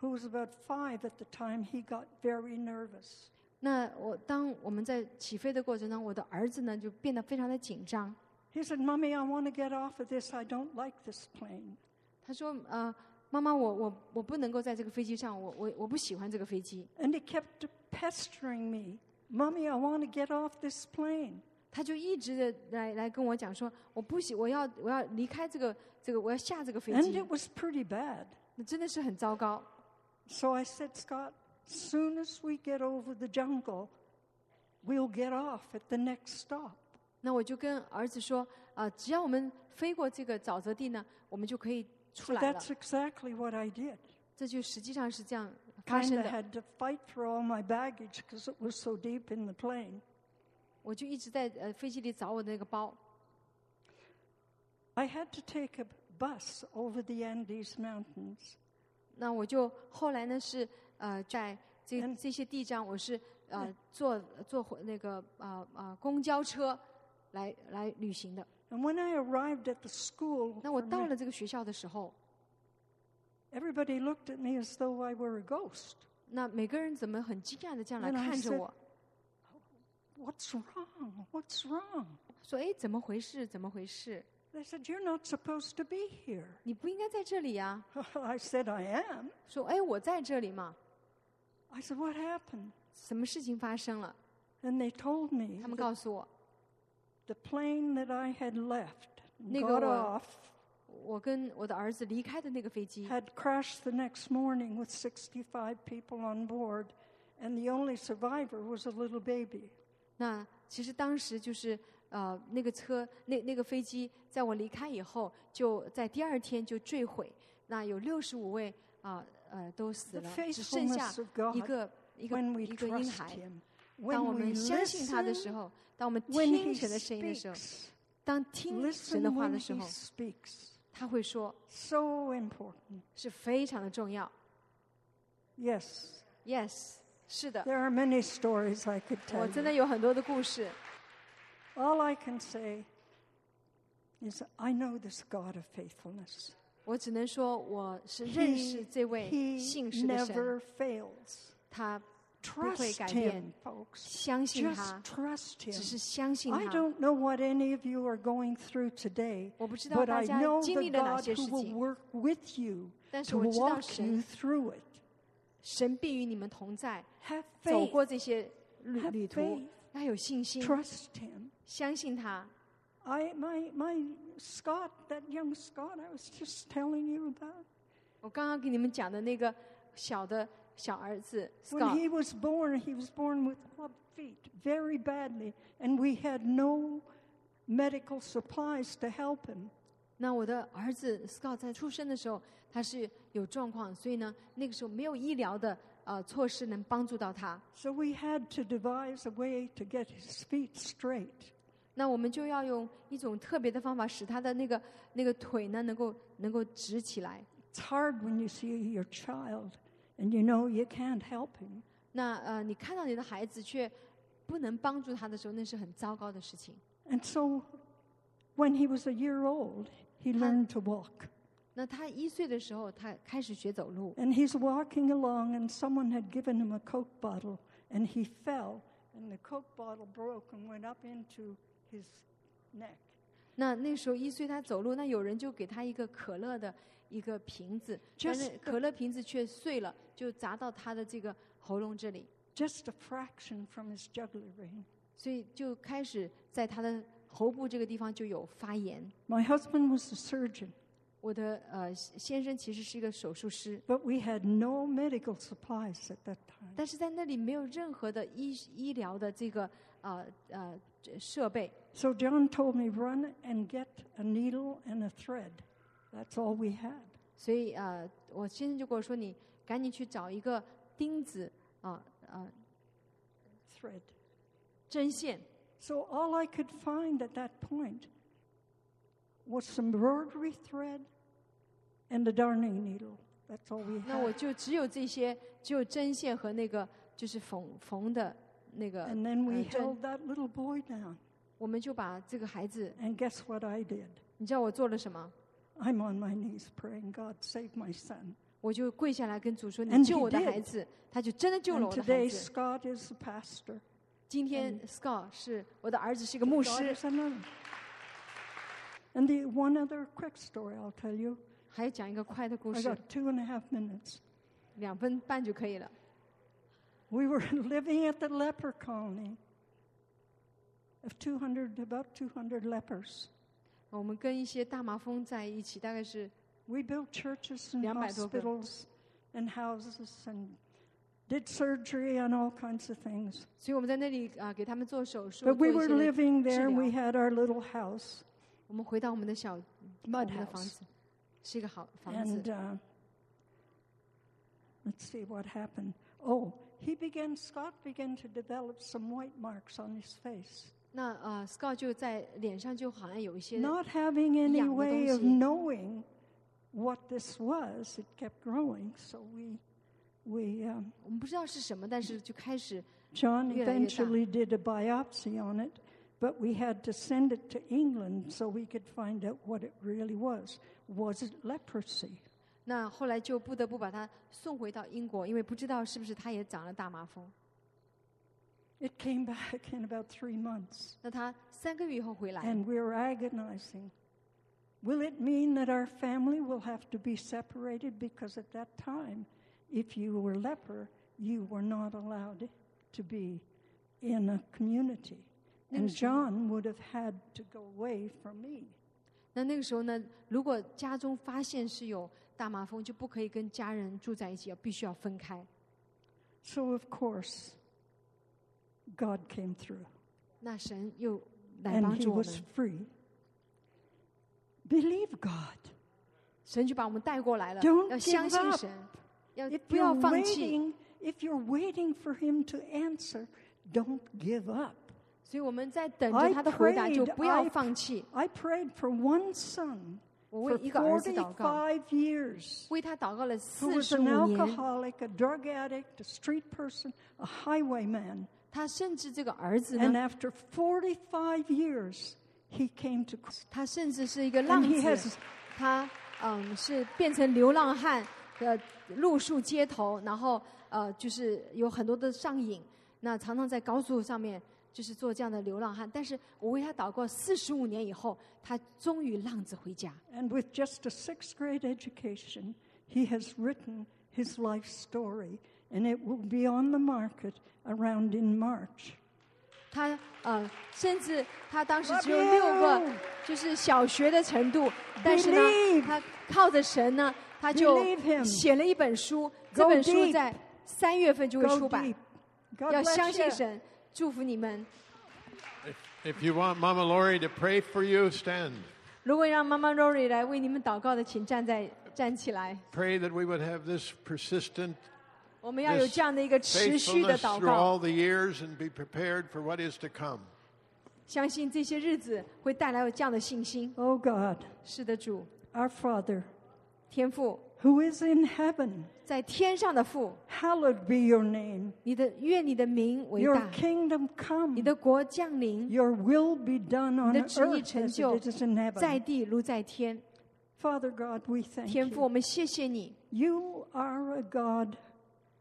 C: who was about five at the time, he got very nervous.
B: 那我当我们在起飞的过程当中，我的儿子呢就变得非常的紧张。
C: He said, "Mommy, I want to get off of this. I don't like this plane."
B: 他说：“呃，妈妈，我我我不能够在这个飞机上，我我我不喜欢这个飞机。
C: And he kept pestering me, "Mommy, I want to get off this plane." ”
B: 他就一直的来来跟我讲说：“我不喜，我要我要离开这个这个，我要下这个飞
C: And
B: 机
C: it。was pretty bad. ”
B: 那真的是很糟糕。
C: So I said, Scott, soon as we get over the jungle, we'll get off at the next stop.
B: 那我就跟儿子说：“呃，只要我们飞过这个沼泽地呢，我们就可以出
C: So
B: 来了。
C: that's exactly what I did.
B: 这就实际上是这样发生
C: Kind of
B: 的。
C: had to fight for all my baggage because it was so deep in the plane.
B: 我就一直在呃飞机里找我的那个包。
C: I had to take a bus over the Andes Mountains.
B: 那我就后来呢是呃在这
C: 嗯
B: 这些地上，我是呃坐坐火那个呃呃公交车来来旅行的。
C: And when I arrived at the school,
B: 那我
C: for
B: 到
C: my-
B: 了这个学校的时候，
C: everybody looked at me as though I were a ghost.
B: 那每个人怎么很惊讶的这样来
C: 原来
B: 看
C: 是
B: 着我，
C: What's wrong? What's wrong?
B: 说：“哎，怎么回事？怎么回事？
C: They said, You're not supposed to be here.
B: 你不应该在这里呀、
C: I said, I am.
B: 说：“哎，我在这里嘛，
C: I said, What happened?
B: 什么事情发生了
C: And they told？”me
B: 他们
C: that
B: 告诉我，
C: the plane that I had left, and got
B: 那个我-
C: off,
B: 我跟我的儿子离开的那个飞机，
C: had crashed the next morning with 65 people on board, and the only survivor was a little baby.
B: 那其实当时就是呃，那个车那那个飞机，在我离开以后，就在第二天就坠毁。那有六十五位啊呃都死
C: The
B: 了，只剩下
C: faithfulness of God
B: 一个一个
C: when we
B: 一个婴
C: trust
B: 孩。
C: Him,
B: 当我
C: when we
B: 们相信他的
C: listen,
B: 时候，当我们
C: when
B: 听
C: He
B: 神的声音的时候，
C: speaks,
B: 当听神
C: listen
B: 的话
C: when
B: 的时
C: He
B: 候，
C: speaks.
B: 他会说
C: So important.
B: 是非常的重要。
C: Yes,
B: Yes，是的，
C: there are many stories I could
B: 我
C: tell
B: 真
C: you.
B: 的有很多的故事。
C: All I can say is, I know this God of faithfulness.
B: 我只能说，我是认识
C: He,
B: 这位
C: he
B: 信实的神，
C: never fails.
B: 他不会
C: Trust
B: 改变
C: him,。folks.
B: 相信
C: Just
B: 他，
C: trust
B: 只
C: him.
B: 是相信
C: I
B: 他。
C: don't know what any of you are going through today,
B: 我不知道
C: but I
B: 大家
C: know the
B: 经历了哪
C: God
B: 些
C: who will
B: 事情。
C: work with you
B: 但是
C: to
B: 我知道
C: walk
B: 神
C: you through it.
B: 神必与你们同在，
C: Have
B: 走
C: faith.
B: 过这些旅
C: Have
B: 旅途
C: faith.，
B: 要有信心，
C: Trust him.
B: 相信他。
C: I, my, my Scott, that young Scott I was just telling you about,
B: 我刚刚给你们讲的那个小的小儿子
C: when he
B: Scott，
C: was born, he was born with club feet very badly, and we had no medical supplies to help him.
B: 那我的儿子 Scott 在出生的时候他是有状况，所以呢，那个时候没有医疗的呃措施能帮助到他，
C: So we had to devise a way to get his feet straight.
B: 那我们就要用一种特别的方法，使他的那个那个腿呢能够能够直起来。
C: It's hard when you see your child and you know you can't help him.
B: 那呃，你看到你的孩子却不能帮助他的时候，那是很糟糕的事情。
C: And so when he was a year old, he learned to walk.
B: 那他一岁的时候，他开始学走路，
C: And he's walking along, and someone had given him a Coke bottle, and he fell, and the Coke bottle broke and went up into his neck.
B: 那那时候一岁他走路，那有人就给他一个可乐的一个瓶子，但是
C: Just-
B: 可乐瓶子却碎了，就砸到他的这个喉咙这里，
C: Just a fraction from his jugular vein.
B: 所以就开始在他的喉部这个地方就有发炎。
C: My husband was a surgeon,
B: 我的呃先生其实是一个手术师，
C: but we had no medical supplies at that time.
B: 但是在那里没有任何的医医疗的这个呃呃这设备，
C: So John told me, run and get a needle and a thread. That's all we had.
B: 所以呃，我先生就跟我说，你赶紧去找一个钉子啊啊、
C: Thread.
B: 针线。
C: So all I could find at that point was some embroidery thread and a darning needle. That's all we
B: 那我
C: had.
B: 就只有这些，只有针线和那个就是缝缝的那个
C: And then
B: 呃
C: we
B: 针。
C: held that little boy down.
B: 我们就把这个孩子，
C: And guess what I did?
B: 你知道我做了什么？
C: I'm on my knees praying, God, save my son.
B: 我就跪下来跟主说：“
C: And
B: 你
C: 嗯 he
B: 救我的
C: did.
B: 孩子。”他就真的救了
C: And
B: 我的孩
C: today, 嗯
B: 子。
C: Scott is the pastor.
B: 今天 Scott 是我的儿子，是一个牧
C: God
B: 师。
C: is another. And the one other quick story I'll tell you.
B: 还要讲一个快的故
C: I
B: 事，
C: got two and a half minutes.
B: 两分半就可以了。
C: We were living at the leper colony of 200, about 200 lepers.
B: 我们跟一些大麻风在一起，大概是
C: We built churches and
B: 200 over.
C: hospitals and houses and did surgery on all kinds of things.
B: 所以我们在那里啊、给他们做手术。
C: But we
B: 做
C: were
B: 一些的
C: living
B: 治
C: there.
B: 疗
C: We had our little house,
B: 我们回到我们的小我
C: mud
B: 们的房
C: house.
B: 子，是一个好房子
C: And。uh, let's see what happened. Oh, he began, Scott began to develop some white marks on his face.
B: 那呃，Scott 就在脸上就好像有一些
C: Not having any
B: Yeah,
C: way of
B: 东西。
C: knowing what this was, it kept growing. So we, we, um,
B: 我们不知道是什么，但是就开始
C: John
B: 越来越大。
C: eventually did a biopsy on it, but we had to send it to England so we could find out what it really was. Was it leprosy?
B: 那后来就不得不把他送回到英国，因为不知道是不是他也长了大麻风。
C: It came back in about three months.
B: 那他三个月以后回来，
C: And we're agonizing. Will it mean that our family will have to be separated? Because at that time, if you were leper, you were not allowed to be in a community. And John would have had to go away from me.
B: 那那个时候呢，如果家中发现是有大麻风，就不可以跟家人住在一起，要必须要分开。
C: So, of course, God came through
B: 那神又来
C: and
B: 帮
C: he
B: 助我
C: was
B: 们，
C: free. Believe God.
B: 神就把我们带过来了
C: Don't，
B: 要相
C: give
B: 信
C: up.
B: 神，要
C: If
B: 不
C: you're
B: 要放弃。
C: waiting, if you're waiting for him to answer, don't give up.
B: 所以我们在等
C: I
B: 着他的回答，就
C: prayed,
B: 不要
C: I-
B: 放弃。
C: I prayed for one son
B: 我为
C: for
B: 一个儿子祷告。
C: 45 years
B: 为他祷告了
C: who
B: 四
C: was
B: 十
C: an
B: 五年，
C: alcoholic, a drug addict, a street person, a highwayman.
B: 他甚至这个儿子
C: And
B: 呢，
C: after 45 years, he came to Christ.
B: 他甚至是一个浪
C: And he has-
B: 子，他嗯是变成流浪汉，呃露宿街头，然后呃就是有很多的上瘾，那常常在高速上面就是做这样的流浪汉。但是我为他祷告四十五年以后，他终于浪子回家。
C: And with just a sixth grade education, he has written his life story, and it will be on the market around in March.
B: 他呃，甚至他当时只有
C: Love
B: 六个
C: you
B: 就是小学的程度，但是呢
C: Believe，
B: 他靠着神呢，他就
C: Believe him
B: 写了一本书，
C: Go
B: 这本书
C: deep
B: 在三月份就会
C: Go
B: 出版
C: deep.，God
B: 要
C: bless
B: 相信
C: you.
B: 神，祝福你们。
A: If, if you want Mama Lori to pray for you, stand.
B: 如果让妈妈 Rory 来为你们祷告的，请站在站起来。
A: Pray that we would have this persistent
B: 我们要有
A: This
B: 这样的一个持续的
A: faithfulness
B: 祷
A: through
B: 告，
A: all the years and be prepared for what is to come.
B: 相信这些日子会带来有这样的信心。
C: Oh God,
B: 是的，主，
C: our Father,
B: 天父
C: who is in heaven,
B: 在天上的父，
C: hallowed be your name.
B: 你的愿你的名为
C: Your
B: 大，你
C: kingdom come.
B: 的国降临，
C: Your will be done
B: 你
C: on
B: 的
C: earth
B: 旨意成
C: as
B: 就
C: it is in，
B: 在
C: heaven.
B: 地如在天。
C: Father God, we thank
B: 天父，我
C: you.
B: 们谢谢你，
C: You are a God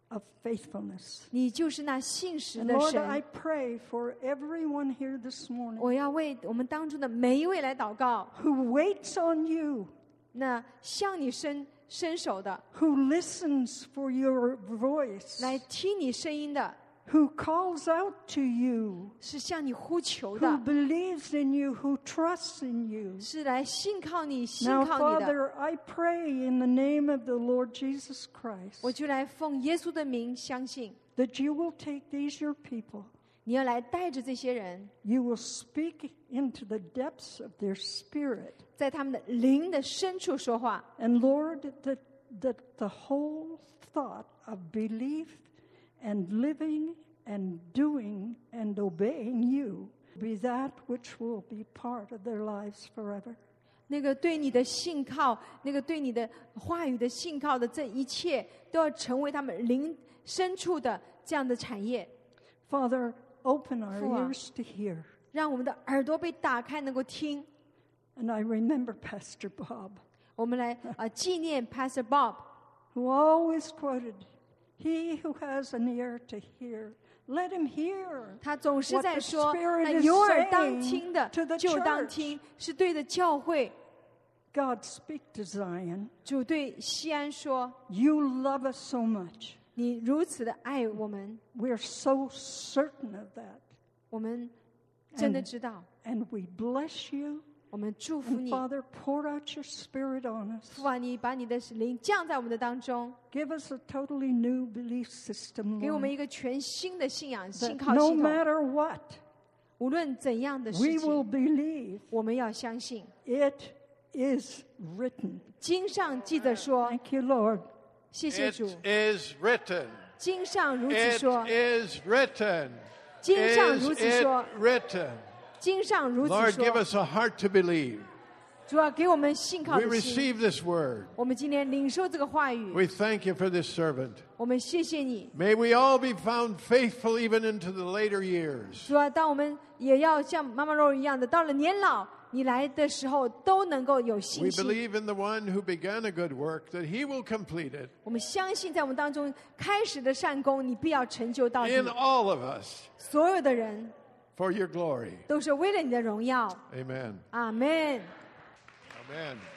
C: of faithfulness.
B: 你就是那信实
C: And
B: 的
C: Lord, I
B: 神。
C: pray for everyone here this morning
B: 我要为我们当中的每一位来祷告，
C: who waits on you,
B: 那向你伸伸手的，
C: who listens for your voice,
B: 来听你声音的，
C: who calls out to you,
B: 是向你呼求
C: who
B: 的，
C: believes in you, who trusts in you.
B: 是来信靠你、信
C: Now,
B: 靠你的。
C: Father, I pray in the name of the Lord Jesus
B: 我
C: Christ
B: 就来奉耶稣的名相信，
C: that you will take these, your people,
B: 你要来带着这些人，
C: you will speak into the depths of their spirit.
B: 在他们的灵的深处说话。
C: And Lord, that, that the whole thought of belief and living and doing and obeying you be that which will be part of their lives forever.
B: 那个对你的信靠，那个对你的话语的信靠的这一切，都要成为他们灵深处的这样的产业，
C: Father, open our
B: Full on.
C: ears to hear.
B: 让我们的耳朵被打开，能够听。
C: And I remember Pastor Bob,
B: 我们 来呃纪念 Pastor Bob，
C: who always quoted, He who has an ear to hear, let him hear.
B: 他总是
C: What
B: 在
C: the
B: 说，
C: Spirit
B: 那
C: is
B: 有耳当
C: saying
B: 听的
C: to the
B: 就当
C: church.
B: 听，是对着教会。
C: God, speak to Zion.
B: 主对西安说
C: You love us so much.：“
B: 你如此的爱我们，
C: We're so certain of that.
B: 我们真的
C: And-
B: 知道，
C: And we bless you.
B: 我们祝福
C: And
B: 你。
C: Father, pour out your spirit on us.
B: 父啊，你把你的灵降在我们的当中，
C: Give us a totally new belief system.
B: 给我们
C: Lord,
B: 一个全新的信仰、信
C: 嗯 that
B: 靠
C: no
B: 系统。
C: matter what,
B: 无论怎样的
C: we
B: 事
C: will
B: 情，
C: believe
B: 我们要相信。
C: it is written.
B: 经上记得说
C: Thank you, Lord.：‘
B: 谢谢
A: It
B: 主。
A: is written. ’
B: 经上如此
A: It
B: 说，
A: is written.
B: 经上如此
A: Is it
B: 说。
A: written?
B: 经上如此
A: Lord, give
B: 说。
A: us a heart to believe.
B: 主要给我们信靠
A: We
B: 的心。
A: receive this word.
B: 我们今天领受这个话语，
A: We thank you for this servant.
B: 我们谢谢你。
A: May we all be found faithful even into the later years.
B: 主啊，当我们也要像妈妈肉一样的，到了年老你来的时候，都能够有
A: We
B: 信心。
A: believe in the one who began a good work, that he will complete it
B: 我们相信，在我们当中开始的善功，你必要成就到底
A: in。all of us
B: 所有的人
A: for your glory.
B: 都是为了你的荣耀。
A: Amen.
B: 阿门。
A: Amen.